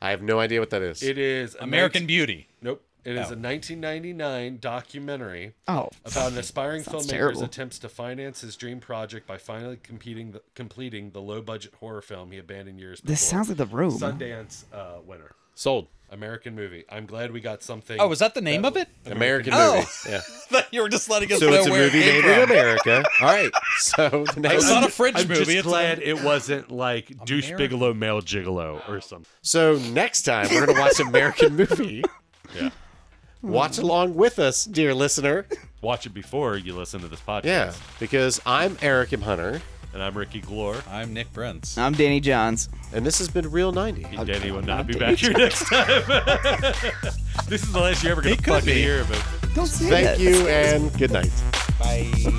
Speaker 1: I have no idea what that is.
Speaker 2: It is a
Speaker 3: American
Speaker 2: nineteen-
Speaker 3: Beauty.
Speaker 2: nope. Oh. It is a 1999 documentary
Speaker 4: Oh,
Speaker 2: about an aspiring filmmaker's
Speaker 4: terrible.
Speaker 2: attempts to finance his dream project by finally competing the, completing the low budget horror film he abandoned years.
Speaker 4: This
Speaker 2: before.
Speaker 4: sounds like The Room.
Speaker 2: Sundance uh, winner.
Speaker 1: Sold.
Speaker 2: American movie. I'm glad we got something.
Speaker 3: Oh, was that the name of it?
Speaker 1: American
Speaker 3: Oh.
Speaker 1: movie. Yeah.
Speaker 3: you were just letting us
Speaker 1: So
Speaker 3: know
Speaker 1: it's a
Speaker 3: where it
Speaker 1: movie
Speaker 3: came
Speaker 1: made in
Speaker 3: from.
Speaker 1: America. All right. So the next
Speaker 3: It's not a
Speaker 2: I'm
Speaker 3: French
Speaker 2: just
Speaker 3: movie. It's
Speaker 2: glad it wasn't like Douche
Speaker 3: American-
Speaker 2: Bigelow, Male Gigolo, or something.
Speaker 1: So next time we're gonna watch an American movie. Yeah. Watch along with us, dear listener.
Speaker 2: Watch it before you listen to this podcast.
Speaker 1: Yeah, because I'm Eric M. Hunter,
Speaker 2: And I'm Ricky Glore.
Speaker 3: I'm Nick Brentz.
Speaker 4: I'm Danny Johns.
Speaker 1: and this has been Real 90.
Speaker 2: And Danny will not be back here next time. this is the last you're ever going to
Speaker 3: could
Speaker 2: fucking
Speaker 3: be.
Speaker 2: hear of it.
Speaker 4: Don't say that.
Speaker 1: Thank you and good night.
Speaker 3: Bye.